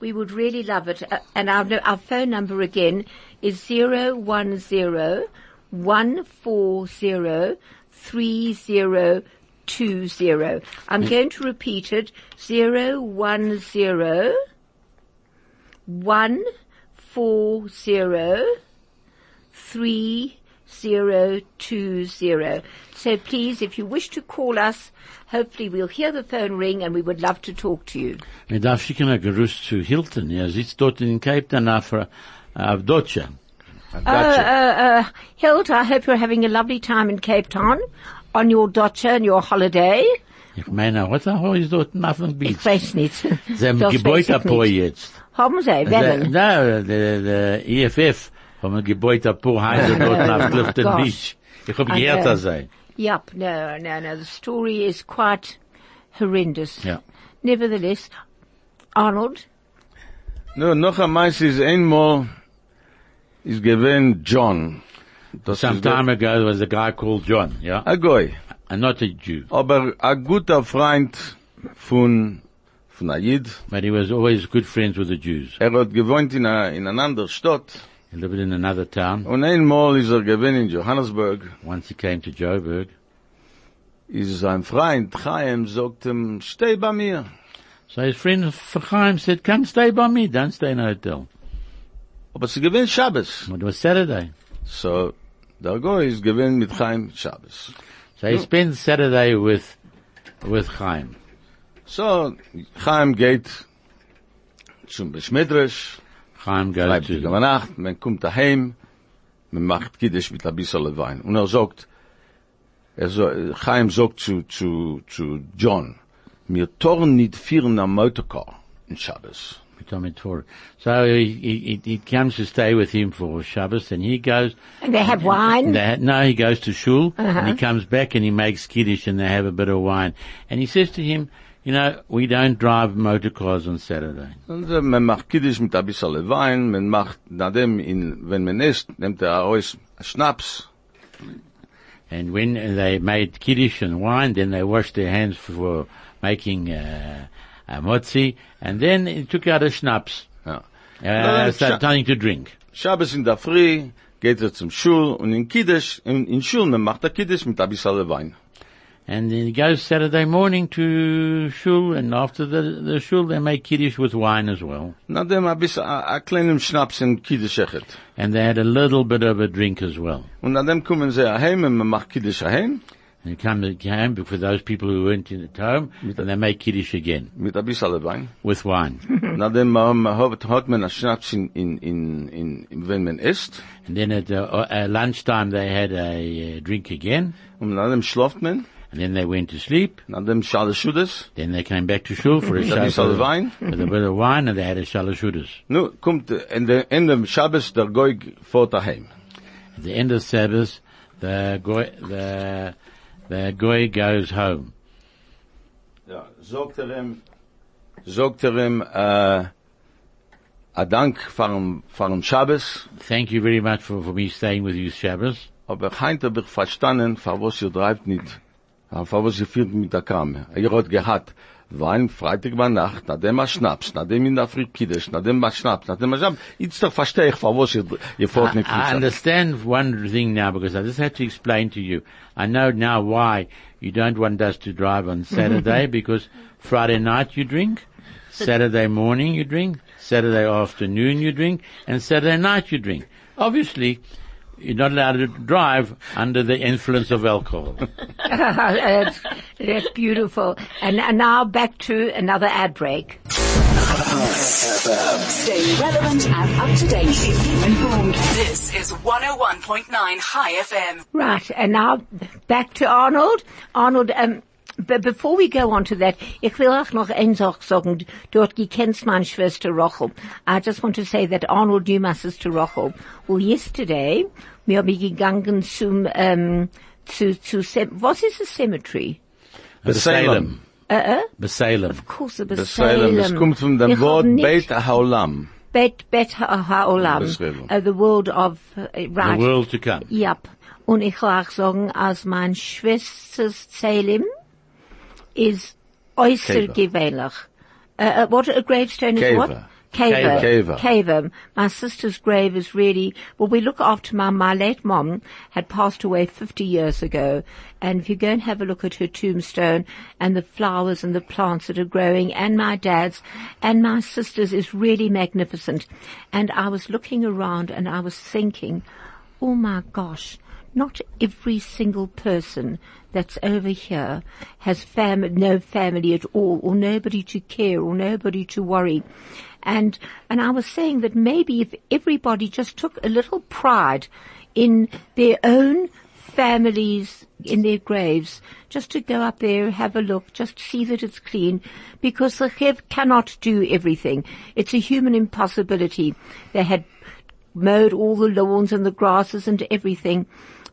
[SPEAKER 1] we would really love it. Uh, and our, no- our phone number again is zero one zero one four zero three zero two zero. I'm going to repeat it. Zero one zero one four zero three zero two zero. So please, if you wish to call us, hopefully we'll hear the phone ring and we would love to talk to you.
[SPEAKER 2] Man darf schicken ein Gerüst zu Hilton. Er sitzt dort in Cape Town auf, äh, auf Deutsche.
[SPEAKER 4] Gotcha.
[SPEAKER 1] Hilt, Uh, I hope you're having a lovely time in Cape Town on your Dutcher and your holiday.
[SPEAKER 2] Ich meine, was auch ist dort auf dem
[SPEAKER 1] Ich
[SPEAKER 2] Beach.
[SPEAKER 1] weiß nicht.
[SPEAKER 2] Sie haben
[SPEAKER 1] Das weiß
[SPEAKER 2] Gebäude
[SPEAKER 1] ich
[SPEAKER 2] abgebaut
[SPEAKER 1] nicht.
[SPEAKER 2] jetzt.
[SPEAKER 1] Haben sie,
[SPEAKER 2] Der-
[SPEAKER 1] werden.
[SPEAKER 2] Na, der, der EFF haben ein Gebäude
[SPEAKER 1] (laughs)
[SPEAKER 2] abgebaut, heißt dort auf Clifton
[SPEAKER 1] Oh, Gosh.
[SPEAKER 2] Beach. Ich hab
[SPEAKER 1] I
[SPEAKER 2] gehört,
[SPEAKER 1] know.
[SPEAKER 2] das sei.
[SPEAKER 1] Yep, no, no, no. The story is quite horrendous.
[SPEAKER 2] Ja.
[SPEAKER 1] Nevertheless, Arnold,
[SPEAKER 4] No, noch am meisten ist einmal, ist gewesen John. Das
[SPEAKER 2] Some
[SPEAKER 4] ist
[SPEAKER 2] time ago there was a guy called John, yeah?
[SPEAKER 4] der- a Goy.
[SPEAKER 2] And not a Jew.
[SPEAKER 4] Aber a guter Freund von, von a Jid.
[SPEAKER 2] But he was always good friends with the Jews.
[SPEAKER 4] Er hat gewohnt in a, in an anderen Stadt.
[SPEAKER 2] He lived in another town.
[SPEAKER 4] Und einmal ist er gewesen in Johannesburg.
[SPEAKER 2] Once he came to Joburg.
[SPEAKER 4] Ist sein Freund, Chaim, sagt ihm, steh bei mir.
[SPEAKER 2] So his friend Chaim said, come stay by me, don't stay in a hotel.
[SPEAKER 4] Aber sie gewinnt Shabbos.
[SPEAKER 2] It was Saturday.
[SPEAKER 4] So, der Goy ist gewinnt mit Chaim Shabbos.
[SPEAKER 2] So he spent Saturday with, with Chaim.
[SPEAKER 4] So, Chaim geht zum Beschmedrisch.
[SPEAKER 2] Chaim goes
[SPEAKER 4] bleibt bis
[SPEAKER 2] to,
[SPEAKER 4] um Nacht, man kommt daheim, man macht Kiddisch mit ein bisschen Wein. Und er sagt, er so, Chaim sagt zu, zu, zu John, mir torn nicht vieren am Motorcar in Shabbos.
[SPEAKER 2] Tomitor. So he, he, he comes to stay with him for Shabbos and he goes,
[SPEAKER 1] and they have wine.
[SPEAKER 2] They ha- no, he goes to shul and he comes back and he makes kiddish and they have a bit of wine. And he says to him, you know, we don't drive motor cars on Saturday.
[SPEAKER 4] Und äh, man macht Kiddisch mit ein bisschen Wein, man macht, nachdem, in, wenn man isst, nimmt er aus Schnaps.
[SPEAKER 2] And when they made kiddish and wine, then they washed their hands for making uh, a motzi, and then he took out a schnapps,
[SPEAKER 4] Ja.
[SPEAKER 2] uh,
[SPEAKER 4] No,
[SPEAKER 2] so-
[SPEAKER 4] schna-
[SPEAKER 2] something to drink.
[SPEAKER 4] Shabbos in der Früh geht er zum Schul und in Kiddisch, in, in Schul, man macht der Kiddisch mit ein bisschen Wein.
[SPEAKER 2] And then he goes Saturday morning to shul, and after the, the shul, they make kiddish with wine as well.
[SPEAKER 4] Nachdem ein bisschen, ein ein kleinen Schnaps in Kiddisch echet.
[SPEAKER 2] And they had a little bit of a drink as well.
[SPEAKER 4] Und an dem kommen sie heim und man macht Kiddisch heim
[SPEAKER 2] And it comes again but for those people who weren't in at home, and they make kiddish again
[SPEAKER 4] mit ein bisschen Wein.
[SPEAKER 2] with
[SPEAKER 4] (laughs)
[SPEAKER 2] wine.
[SPEAKER 4] Und an dem ähm, hat, hat man einen Schnaps in, in, in, in, in- wenn man isst.
[SPEAKER 2] and then at uh, uh, lunchtime they had a uh, drink again,
[SPEAKER 4] Und an dem schlaft man.
[SPEAKER 2] and then they went to sleep.
[SPEAKER 4] Und an dem schale Schudes.
[SPEAKER 2] Then they came back to shul for a
[SPEAKER 4] With a bit of wine.
[SPEAKER 2] with a bit of wine, and they had a shalashudas.
[SPEAKER 4] Nu kommt äh, in der, in dem Shabbos der Goy er fort daheim.
[SPEAKER 2] At the end of Sabbath, the goy, the the goy goes home.
[SPEAKER 4] Ja, sagt er ihm, sagt er ihm, äh, a Dank für den, für den Shabbos.
[SPEAKER 2] Thank you very much for for me staying with you, Shabbos.
[SPEAKER 4] Aber heint hab ich verstanden, für was ihr treibt nicht. Ja, Für was ihr führt mit der Kame. Ihr hat gehabt, Wein, Freitag bei Nacht, nachdem er Schnaps, nachdem in der Früh Kiddisch, nachdem er Schnaps, nachdem er Schnaps. Jetzt doch verstehe ich, für was ihr, ihr fährt
[SPEAKER 2] I,
[SPEAKER 4] nicht
[SPEAKER 2] I
[SPEAKER 4] mit.
[SPEAKER 2] understand one thing now because I just had to explain to you. I know now why you don't want us to drive on Saturday because Friday night you drink, Saturday morning you drink, Saturday afternoon you drink, and Saturday night you drink. Obviously, you're not allowed to drive under the influence of alcohol.
[SPEAKER 1] (laughs) that's, Uh, that's beautiful. And, and now back to another ad break.
[SPEAKER 6] Stay relevant and up to date. Keep informed.
[SPEAKER 7] This is 101.9 High FM.
[SPEAKER 1] Right, and now back to Arnold. Arnold, um, But before we go on to that, ich will auch noch eine Sache sagen. Dort gekennst meine Schwester Rochel. I just want to say that Arnold knew my sister Rochel. Well, yesterday, wir haben gegangen zum, ähm, zu, zu, Cem- was ist a cemetery?
[SPEAKER 2] B'Salem.
[SPEAKER 1] Uh,
[SPEAKER 2] B'Salem.
[SPEAKER 1] of course, a
[SPEAKER 4] Besalem, es kommt von dem Wort Beit Haolam.
[SPEAKER 1] Bet, Bet Ha'olam.
[SPEAKER 4] Besalem.
[SPEAKER 1] Uh, the world of, uh,
[SPEAKER 2] The
[SPEAKER 1] right.
[SPEAKER 2] world to come.
[SPEAKER 1] Yep. Und ich will auch sagen, als mein Schwesters Zelim ist äußerst
[SPEAKER 4] Käfer.
[SPEAKER 1] gewöhnlich. Uh, uh, what a gravestone is what?
[SPEAKER 4] Käfer.
[SPEAKER 1] Caver.
[SPEAKER 4] Käfer.
[SPEAKER 1] Caver. My sister's grave is really, well, we look after my, my late mom had passed away 50 years ago. And if you go and have a look at her tombstone and the flowers and the plants that are growing and my dad's and my sister's is really magnificent. And I was looking around and I was thinking, oh my gosh, not every single person that's over here has fam- no family at all or nobody to care or nobody to worry. And, and I was saying that maybe if everybody just took a little pride in their own families in their graves, just to go up there, have a look, just see that it's clean, because the Chev cannot do everything. It's a human impossibility. They had mowed all the lawns and the grasses and everything.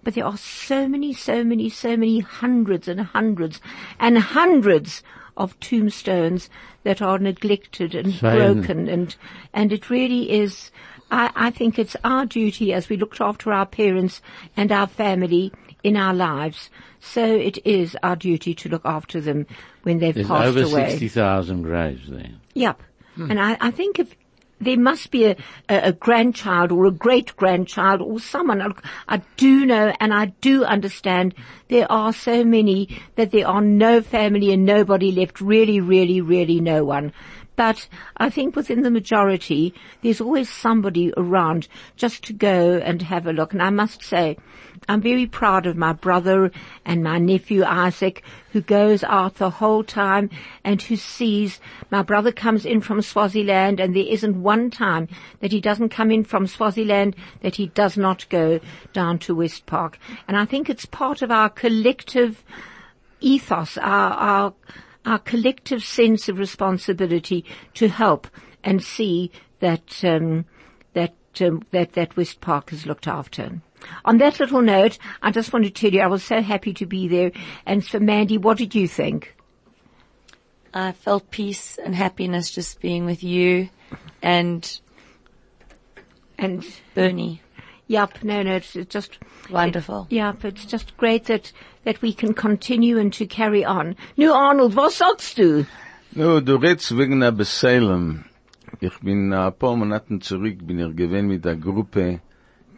[SPEAKER 1] But there are so many, so many, so many hundreds and hundreds and hundreds of tombstones that are neglected and
[SPEAKER 2] Shame.
[SPEAKER 1] broken and, and it really is, I, I think it's our duty as we looked after our parents and our family in our lives. So it is our duty to look after them when they've
[SPEAKER 2] There's
[SPEAKER 1] passed
[SPEAKER 2] over
[SPEAKER 1] away.
[SPEAKER 2] 60,000 graves there.
[SPEAKER 1] Yep. And I, I think if there must be a, a, a grandchild or a great grandchild or someone, I, I do know and I do understand there are so many that there are no family and nobody left, really, really, really no one. But I think within the majority, there's always somebody around just to go and have a look. And I must say, I'm very proud of my brother and my nephew Isaac, who goes out the whole time and who sees my brother comes in from Swaziland and there isn't one time that he doesn't come in from Swaziland that he does not go down to West Park. And I think it's part of our collective ethos, our, our, our collective sense of responsibility to help and see that, um, that, um, that, that West Park is looked after. On that little note, I just want to tell you I was so happy to be there. And so Mandy, what did you think?
[SPEAKER 3] I felt peace and happiness just being with you and
[SPEAKER 1] And
[SPEAKER 3] Bernie.
[SPEAKER 1] Yep, no, no, it's, it's just
[SPEAKER 3] Wonderful.
[SPEAKER 1] Yep, it's just great that that we can continue and to carry on. Nu Arnold, was sagst du?
[SPEAKER 4] No, du redest wegen der Besalem. Ich bin äh, ein paar Monaten zurück, bin ich gewesen mit der Gruppe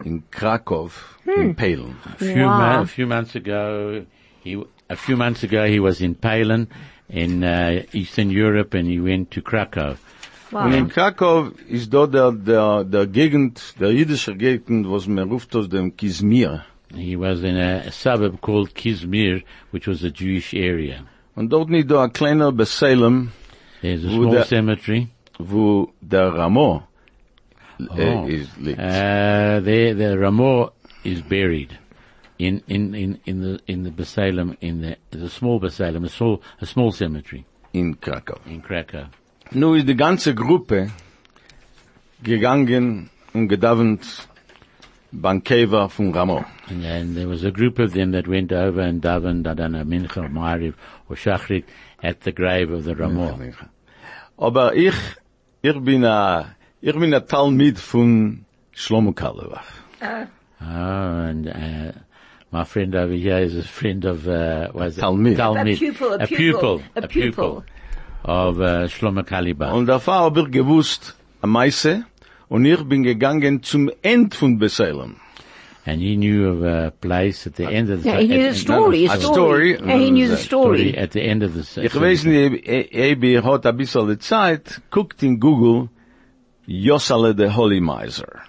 [SPEAKER 4] in Krakow, in Pelen.
[SPEAKER 2] A few,
[SPEAKER 1] Wow.
[SPEAKER 2] mo- a few months ago, he, a few months ago he was in Palin in uh, Eastern Europe and he went to Krakow.
[SPEAKER 4] Und
[SPEAKER 1] Wow.
[SPEAKER 4] in Krakow ist dort der, der, der Gegend, der jüdische Gegend, was man ruft aus dem Kizmir.
[SPEAKER 2] He was in a suburb called Kizmir, which was a Jewish area.
[SPEAKER 4] Und dort nicht da ein kleiner Besalem,
[SPEAKER 2] There's a
[SPEAKER 4] Wo
[SPEAKER 2] small
[SPEAKER 4] der-
[SPEAKER 2] cemetery.
[SPEAKER 4] wo der Ramo
[SPEAKER 2] Oh.
[SPEAKER 4] äh, ist, liegt.
[SPEAKER 2] Uh, there, the Ramor is buried in, in, in, in the, in the Basalem, in the, the small Basalem, a small, a small cemetery
[SPEAKER 4] in Krakow.
[SPEAKER 2] in Krakow.
[SPEAKER 4] Nun ist die ganze Gruppe gegangen und gedavend beim Käfer von Ramo.
[SPEAKER 2] And then there was a group of them that went over and davened, I don't know, Mincha or Ma'ariv or Shachrit at the grave of the Ramor.
[SPEAKER 4] Aber ich, ich bin a, ich bin a Talmid von Shlomo Karlebach.
[SPEAKER 2] Oh, and, uh, my friend over here is a friend of, uh, was it?
[SPEAKER 4] Talmid.
[SPEAKER 1] A pupil, a pupil,
[SPEAKER 2] A pupil.
[SPEAKER 1] a
[SPEAKER 2] A pupil.
[SPEAKER 1] pupil.
[SPEAKER 2] Of, uh, Shlomo Kalibach.
[SPEAKER 4] Und da war aber gewusst am meiste und ich bin gegangen zum End von Besalem.
[SPEAKER 2] And he knew of a place at the end of the,
[SPEAKER 1] Yeah, he knew
[SPEAKER 2] at-
[SPEAKER 1] the story.
[SPEAKER 4] a
[SPEAKER 1] A
[SPEAKER 4] story.
[SPEAKER 1] story. Yeah, he knew the story.
[SPEAKER 2] at the end of the
[SPEAKER 4] Ich weiß nicht, Ebi hat ein bisschen Zeit, guckt in Google Josale the Holy Miser.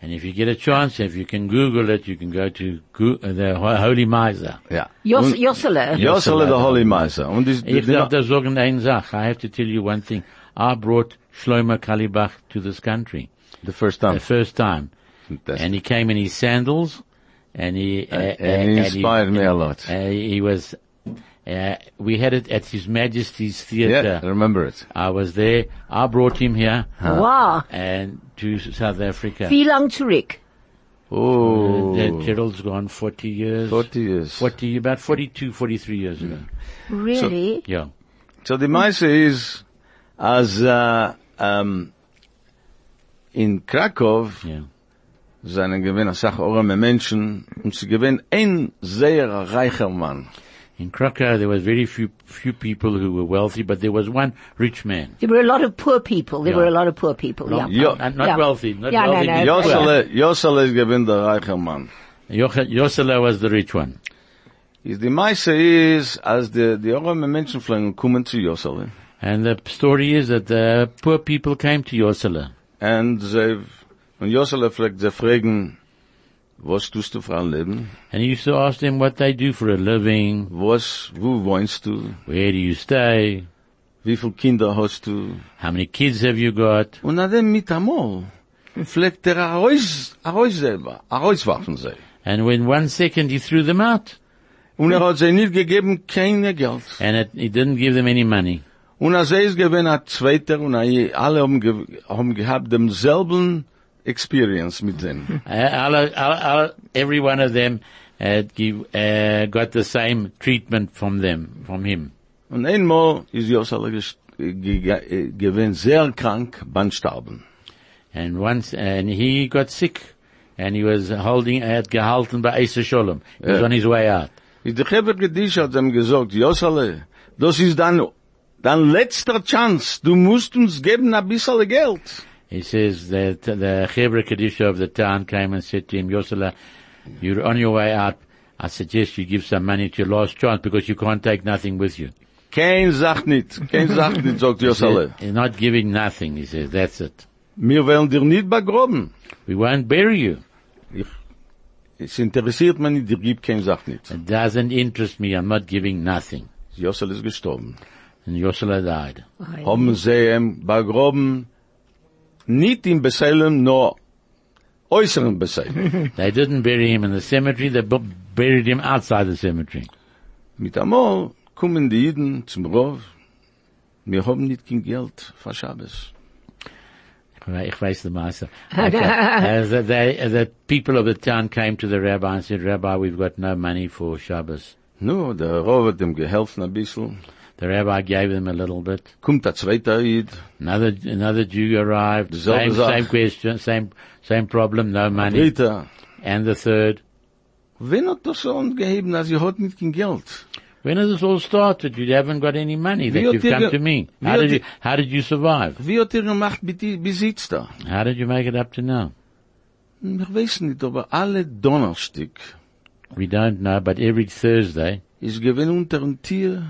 [SPEAKER 2] And if you get a chance, if you can Google it, you can go to Go- uh, the Ho- Holy Miser.
[SPEAKER 4] Ja.
[SPEAKER 1] Jos
[SPEAKER 4] Und-
[SPEAKER 1] Josele.
[SPEAKER 4] Josele the Holy Miser. Und ist,
[SPEAKER 2] Ich darf da sagen eine Sache. I have to tell you one thing. I brought Shlomo Kalibach to this country
[SPEAKER 4] the first time.
[SPEAKER 2] the first time. And he came in
[SPEAKER 4] eh,
[SPEAKER 2] his sandals and he, uh,
[SPEAKER 4] and he inspired me a lot.
[SPEAKER 2] uh, he was Uh, we had it at His Majesty's
[SPEAKER 4] Yeah,
[SPEAKER 2] Theatre.
[SPEAKER 4] I remember it.
[SPEAKER 2] I was there. I brought him here
[SPEAKER 1] Wow.
[SPEAKER 2] and to South Africa.
[SPEAKER 1] Wie lang zurück?
[SPEAKER 4] Oh,
[SPEAKER 2] Uh, Gerald's gone 40 years.
[SPEAKER 4] 40 years.
[SPEAKER 2] 40, about 42, 43 years ago.
[SPEAKER 1] Really?
[SPEAKER 2] Yeah.
[SPEAKER 4] So the Maisa is, as, uh, um, in Krakow,
[SPEAKER 2] Yeah.
[SPEAKER 4] seinen gewinn a sach orme Menschen, und sie gewinn ein sehr reicher Mann.
[SPEAKER 2] In Krakow, there was very few, few people who were wealthy, but there was one rich man.
[SPEAKER 1] There were a lot of poor people. There
[SPEAKER 2] Yeah.
[SPEAKER 1] were a lot of poor people.
[SPEAKER 2] No,
[SPEAKER 1] Yeah.
[SPEAKER 4] Jo-
[SPEAKER 2] and not
[SPEAKER 1] Yeah.
[SPEAKER 2] wealthy, not
[SPEAKER 1] Yeah, no,
[SPEAKER 2] wealthy.
[SPEAKER 1] no.
[SPEAKER 2] people.
[SPEAKER 4] Josele, Josele ist gewinn der reicher Mann.
[SPEAKER 2] Yoch- Yosela was the rich one.
[SPEAKER 4] Is die Meise ist, als die, die orme Menschen fliegen, kommen zu Josele.
[SPEAKER 2] And the story is that the poor people came to Yosela.
[SPEAKER 4] Und sie, und Josele fragt, sie fragen, was tust du für ein Leben?
[SPEAKER 2] And he used to ask them what they do for a living,
[SPEAKER 4] Was, wo wohnst du?
[SPEAKER 2] where do you stay,
[SPEAKER 4] Wie viele Kinder hast du?
[SPEAKER 2] how many kids have you got.
[SPEAKER 4] Und an dem mit amol, fleckt er heraus, heraus selber, herauswerfen sie.
[SPEAKER 2] And in one second he threw them out.
[SPEAKER 4] Und er hat sie nicht gegeben, keine Geld.
[SPEAKER 2] And it, he didn't give them any money.
[SPEAKER 4] Und als er ist gewesen, ein zweiter, und er- alle haben, ge haben gehabt demselben Experience mit denen.
[SPEAKER 2] (laughs) Uh, all, all, all, every one of them had give, uh, got the same treatment from them, from him.
[SPEAKER 4] Und einmal ist Josala gest- ge ge gewesen sehr krank beim Sterben.
[SPEAKER 2] And once, and he got sick. And he was holding, at gehalten by Isa Sholem. He was
[SPEAKER 4] Yeah.
[SPEAKER 2] on his way out.
[SPEAKER 4] Ist der Heber Gedisch hat ihm gesagt, Josala, das ist dein, dein letzter Chance, du musst uns geben ein bisschen Geld.
[SPEAKER 2] He says that the Hebrew Kedisha of the town came and said to him, Yosela, you're on your way out. I suggest you give some money to your last chance because you can't take nothing with you.
[SPEAKER 4] Kein sagt nicht, kein sagt nicht, sagt Josala.
[SPEAKER 2] You're not giving nothing. He says, that's it.
[SPEAKER 4] Wir wollen dir nicht begraben.
[SPEAKER 2] We won't bury you.
[SPEAKER 4] Es interessiert mich nicht, dir gibt kein sagt nicht.
[SPEAKER 2] It doesn't interest me. I'm not giving nothing.
[SPEAKER 4] Josala ist gestorben.
[SPEAKER 2] And Yosela died.
[SPEAKER 4] haben sie ihm begraben, nicht in Besalem, nur äußeren Besalem.
[SPEAKER 2] They didn't bury him in the cemetery. They bu- buried him outside the cemetery.
[SPEAKER 4] Mit einmal kommen die Jiden zum Rauf, wir haben nicht kein Geld für Schabes.
[SPEAKER 2] Ich weiß the master. Okay. Uh, the, they, the people of the town came to the rabbi and said, Rabbi, we've got no money for Shabbos.
[SPEAKER 4] Nu, der Rauf hat ihm geholfen ein bisschen,
[SPEAKER 2] The rabbi gave them a little bit.
[SPEAKER 4] kommt der zweite Jid,
[SPEAKER 2] Another another Jew arrived. Same
[SPEAKER 4] Zelfde zaak.
[SPEAKER 2] same question, same same problem, no money.
[SPEAKER 4] dritter.
[SPEAKER 2] And the third.
[SPEAKER 4] Wen hat das so angeheben, als ihr hat nicht kein Geld?
[SPEAKER 2] When has this all started? You haven't got any money that
[SPEAKER 4] Wie hat
[SPEAKER 2] you've
[SPEAKER 4] die
[SPEAKER 2] come
[SPEAKER 4] ge-
[SPEAKER 2] to me.
[SPEAKER 4] wie
[SPEAKER 2] How
[SPEAKER 4] hat
[SPEAKER 2] did
[SPEAKER 4] die-
[SPEAKER 2] you how did you survive?
[SPEAKER 4] Wie hat ihr gemacht, bitte, besitzt da?
[SPEAKER 2] How did you make it up to now?
[SPEAKER 4] Ich weiß nicht, aber alle Donnerstück
[SPEAKER 2] We don't know, but every Thursday
[SPEAKER 4] ist gewinn unter dem Tier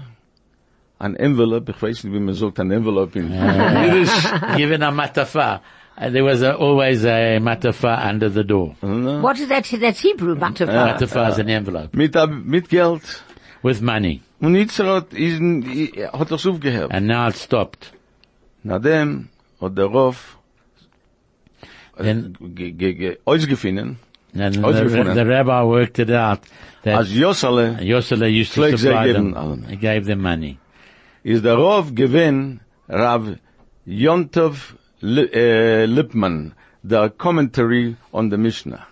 [SPEAKER 4] ein Envelope, ich weiß nicht, wie man sagt, ein Envelope in (laughs) Jiddisch.
[SPEAKER 2] given a matafa. uh, There was a, always a matafa under the door.
[SPEAKER 1] What is that? That's Hebrew, butterfly.
[SPEAKER 2] Matafa is an envelope
[SPEAKER 4] mit, ab- mit Geld.
[SPEAKER 2] with money,
[SPEAKER 4] Und Yitzchak ist, i- hat das aufgehört.
[SPEAKER 2] and now it's stopped.
[SPEAKER 4] Nachdem hat der Rauf Uh,
[SPEAKER 2] Then
[SPEAKER 4] ge- ge- ge- ausgefunden,
[SPEAKER 2] and
[SPEAKER 4] How's your
[SPEAKER 2] the,
[SPEAKER 4] phone?
[SPEAKER 2] the rabbi worked it out that
[SPEAKER 4] als Josale
[SPEAKER 2] Yosela used to
[SPEAKER 4] Flag
[SPEAKER 2] supply
[SPEAKER 4] they gave
[SPEAKER 2] them.
[SPEAKER 4] them, Alan.
[SPEAKER 2] He gave them money.
[SPEAKER 4] ist der Rauf gewinn Rav Yontov Li- äh, Lippmann, der Commentary on the Mishnah.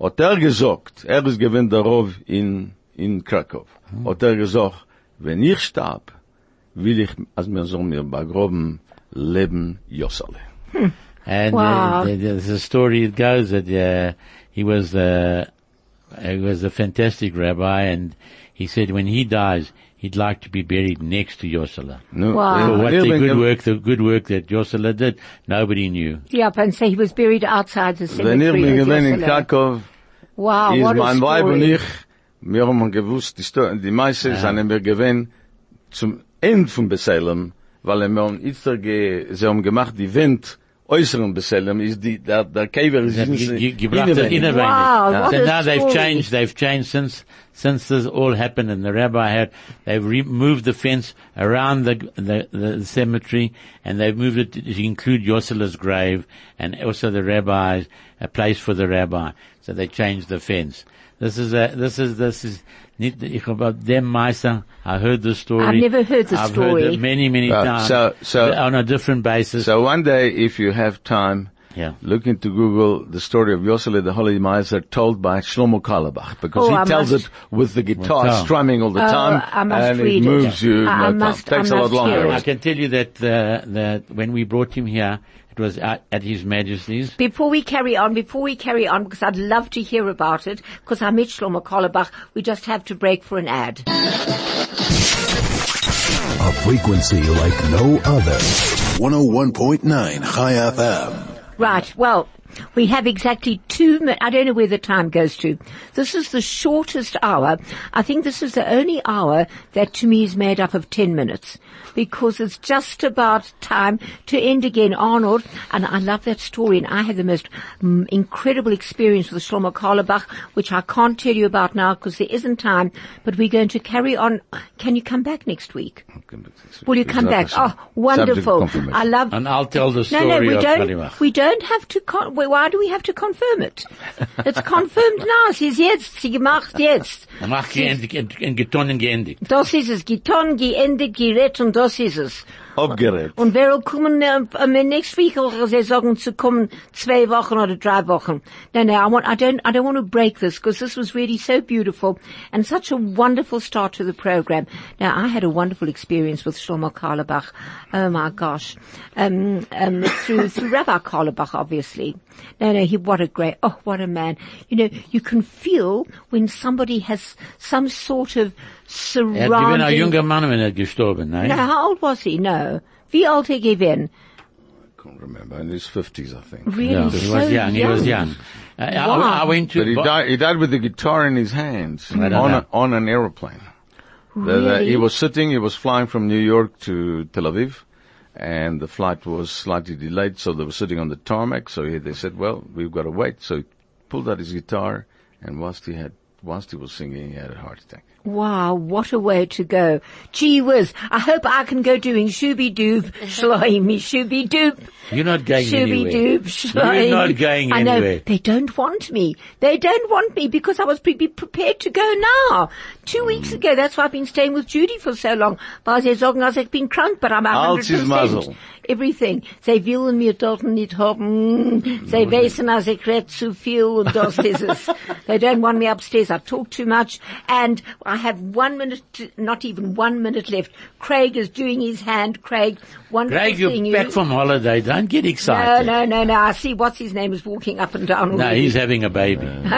[SPEAKER 4] Hat er gesagt, er ist gewinn der Rauf in, in Krakow.
[SPEAKER 2] Hmm.
[SPEAKER 4] Hat er gesagt, wenn ich starb, will ich, als mir so mir begraben, leben Josale.
[SPEAKER 2] And
[SPEAKER 1] Wow.
[SPEAKER 2] uh, the, the, the story it goes that uh, he was uh, he was a fantastic rabbi, and he said when he dies, he'd like to be buried next to Yosela.
[SPEAKER 4] Nu,
[SPEAKER 1] Wow.
[SPEAKER 2] For
[SPEAKER 4] eh,
[SPEAKER 2] what
[SPEAKER 4] weer
[SPEAKER 2] the
[SPEAKER 4] ben ik
[SPEAKER 2] good
[SPEAKER 4] hem-
[SPEAKER 2] work, the good work that Yosela did, nobody knew.
[SPEAKER 1] Yep, and so he was buried outside the
[SPEAKER 4] Wenn ich
[SPEAKER 1] cemetery.
[SPEAKER 4] bin
[SPEAKER 1] at
[SPEAKER 4] gewesen in
[SPEAKER 1] Jerusalem.
[SPEAKER 4] Krakow,
[SPEAKER 1] wow,
[SPEAKER 4] ist
[SPEAKER 1] Ah, what a
[SPEAKER 4] mein Weib und
[SPEAKER 1] story.
[SPEAKER 4] ich, wir haben gewusst, die, Sto die meisten sind wir gewesen zum Ende von Besalem, weil er wir haben Itzer ge sie haben gemacht, die Wind äußeren Besalem, ist die, der, der Käfer ist in-
[SPEAKER 2] Ge- ge- gebracht
[SPEAKER 4] innen-
[SPEAKER 2] in inner vein.
[SPEAKER 1] Wow,
[SPEAKER 2] Yeah.
[SPEAKER 1] what
[SPEAKER 2] So
[SPEAKER 1] a
[SPEAKER 2] now they've
[SPEAKER 1] story.
[SPEAKER 2] changed. They've changed since since this all happened, and the rabbi had they've removed the fence around the the, the cemetery, and they've moved it to, to include Yosela's grave and also the rabbi's a place for the rabbi. So they changed the fence. This is a this is this is Nicht, ich hab auf dem Meister, I heard the story.
[SPEAKER 1] I've never heard the
[SPEAKER 2] I've
[SPEAKER 1] story.
[SPEAKER 2] heard it many, many
[SPEAKER 4] Well,
[SPEAKER 2] times.
[SPEAKER 4] so- so-
[SPEAKER 2] on a different basis.
[SPEAKER 4] So one day, if you have time,
[SPEAKER 2] Yeah.
[SPEAKER 4] look into Google the story of Yosele the Holy Miser told by Shlomo Kalabach because
[SPEAKER 1] Oh,
[SPEAKER 4] he
[SPEAKER 1] I
[SPEAKER 4] tells
[SPEAKER 1] must-
[SPEAKER 4] it with the guitar
[SPEAKER 2] Well, so-
[SPEAKER 4] strumming all the
[SPEAKER 1] Oh,
[SPEAKER 4] time
[SPEAKER 1] I must
[SPEAKER 4] and
[SPEAKER 1] read
[SPEAKER 4] it
[SPEAKER 1] it.
[SPEAKER 4] moves you.
[SPEAKER 1] I- I
[SPEAKER 4] no time.
[SPEAKER 1] must- I
[SPEAKER 4] Takes a
[SPEAKER 1] must
[SPEAKER 4] lot
[SPEAKER 1] hear
[SPEAKER 4] longer.
[SPEAKER 1] it.
[SPEAKER 2] I can tell you that, uh, that when we brought him here, it was at, at His Majesty's.
[SPEAKER 1] Before we carry on, before we carry on, because I'd love to hear about it, because I met Shlomo Kolobach, we just have to break for an ad.
[SPEAKER 5] A frequency like no other. 101.9 High FM.
[SPEAKER 1] Right. Well, we have exactly two. mi- I don't know where the time goes to. This is the shortest hour. I think this is the only hour that to me is made up of ten minutes because it's just about time to end again, Arnold. And I love that story. And I had the most mm, incredible experience with Shlomo Karlebach, which I can't tell you about now because there isn't time. But we're going to carry on. Can you come back next week? Will you come back? Oh, wonderful! I love.
[SPEAKER 2] And I'll tell the story
[SPEAKER 1] No, no, we
[SPEAKER 2] of
[SPEAKER 1] don't.
[SPEAKER 2] Kalibach.
[SPEAKER 1] We don't have to. Con- why- why do we have to confirm it? It's confirmed now. Sie ist jetzt. Sie gemacht jetzt.
[SPEAKER 2] Mach geendigt, in getonnen geendigt.
[SPEAKER 1] Das ist es. Getan, geendet, gerät und das ist es.
[SPEAKER 4] Abgerät.
[SPEAKER 1] Und wer will kommen, um, um, next week, oder sie sagen zu kommen, zwei Wochen oder drei Wochen. No, no, I want, I don't, I don't want to break this, because this was really so beautiful, and such a wonderful start to the program. Now, I had a wonderful experience with Shlomo Karlebach. Oh my gosh. Um, um, through, through (laughs) Rabbi Karlebach, obviously. No, no, he, what a great, oh, what a man. You know, you can feel when somebody has some sort of
[SPEAKER 2] Er hat gewinn ein
[SPEAKER 1] surrounding
[SPEAKER 2] junger Mann, wenn er gestorben, nein?
[SPEAKER 1] no, how old was he? No. Wie old he given?
[SPEAKER 4] I can't remember. In his 50s, I think.
[SPEAKER 1] Really
[SPEAKER 2] Yeah,
[SPEAKER 1] so
[SPEAKER 2] he was
[SPEAKER 1] young.
[SPEAKER 2] young, he was young. Uh, I- I,
[SPEAKER 1] Wow.
[SPEAKER 2] I went to,
[SPEAKER 4] But he
[SPEAKER 2] Bo-
[SPEAKER 4] died, he died with the guitar in his hands on,
[SPEAKER 2] don't know.
[SPEAKER 4] a, on an aeroplane. The- the- he was sitting, he was flying from New York to Tel Aviv, and the flight was slightly delayed, so they were sitting on the tarmac, so he, they said, well, we've got to wait. So he pulled out his guitar, and whilst he had, whilst he was singing, he had a heart attack.
[SPEAKER 1] Wow, what a way to go. Gee whiz, I hope I can go doing shooby doob, shloimi, shooby doob,
[SPEAKER 2] you're not going
[SPEAKER 1] shooby
[SPEAKER 2] anywhere.
[SPEAKER 1] doob, (laughs) shloimi.
[SPEAKER 2] You're not going
[SPEAKER 1] I know,
[SPEAKER 2] anywhere.
[SPEAKER 1] they don't want me. They don't want me because I was pre- be prepared to go now. Two
[SPEAKER 2] Hmm.
[SPEAKER 1] weeks ago, that's why I've been staying with Judy for so long. Weil sie sagen, also ich bin krank, but I'm a
[SPEAKER 4] Alt is
[SPEAKER 1] 100%.
[SPEAKER 4] Mazel.
[SPEAKER 1] Everything. Sie wollen mir dort nicht haben. Sie wissen, Hmm. als ich red zu viel und das ist
[SPEAKER 2] (laughs)
[SPEAKER 1] es. They don't want me upstairs. I talk too much. And I have one minute, to- not even one minute left. Craig is doing his hand. Craig, wonderful
[SPEAKER 2] Greg,
[SPEAKER 1] thing
[SPEAKER 2] you're
[SPEAKER 1] you-
[SPEAKER 2] back from holiday. Don't get
[SPEAKER 1] No,
[SPEAKER 2] excited.
[SPEAKER 1] no, no, no. I see what's his name is walking up and down.
[SPEAKER 2] No,
[SPEAKER 1] already.
[SPEAKER 2] he's having a baby.
[SPEAKER 1] (laughs)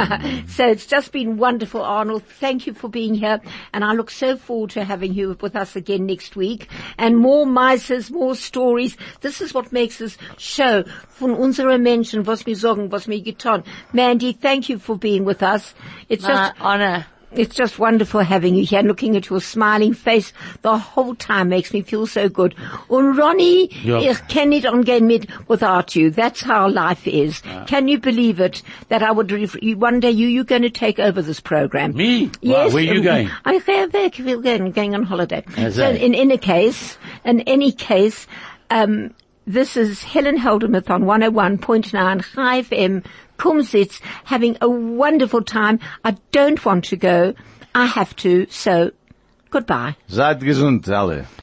[SPEAKER 1] So it's just been wonderful, Arnold. Thank you for being here. And I look so forward to having you with us again next week. And more mices, more stories. This is what makes this show von unsere Menschen, was mir sorgen, was mir getan. Mandy, thank you for being with us. It's
[SPEAKER 3] My
[SPEAKER 1] just,
[SPEAKER 3] honor.
[SPEAKER 1] it's just wonderful having you here. Looking at your smiling face the whole time makes me feel so good. eh, And Ronnie,
[SPEAKER 2] Yeah.
[SPEAKER 1] ich kann nicht umgehen mit without you. That's how life is. Can you believe it? That I would, ref- you- one day you, you're going to take over this program.
[SPEAKER 2] Me? Wow,
[SPEAKER 1] Yes. um,
[SPEAKER 2] where you going?
[SPEAKER 1] I go back. We're going, going on holiday.
[SPEAKER 2] How's
[SPEAKER 1] So
[SPEAKER 2] that?
[SPEAKER 1] in any case, in any case, um, this is Helen Holdermuth on 101.9 High FM Kumsitz having a wonderful time. I don't want to go. I have to. So goodbye.
[SPEAKER 4] Seid gesund, alle.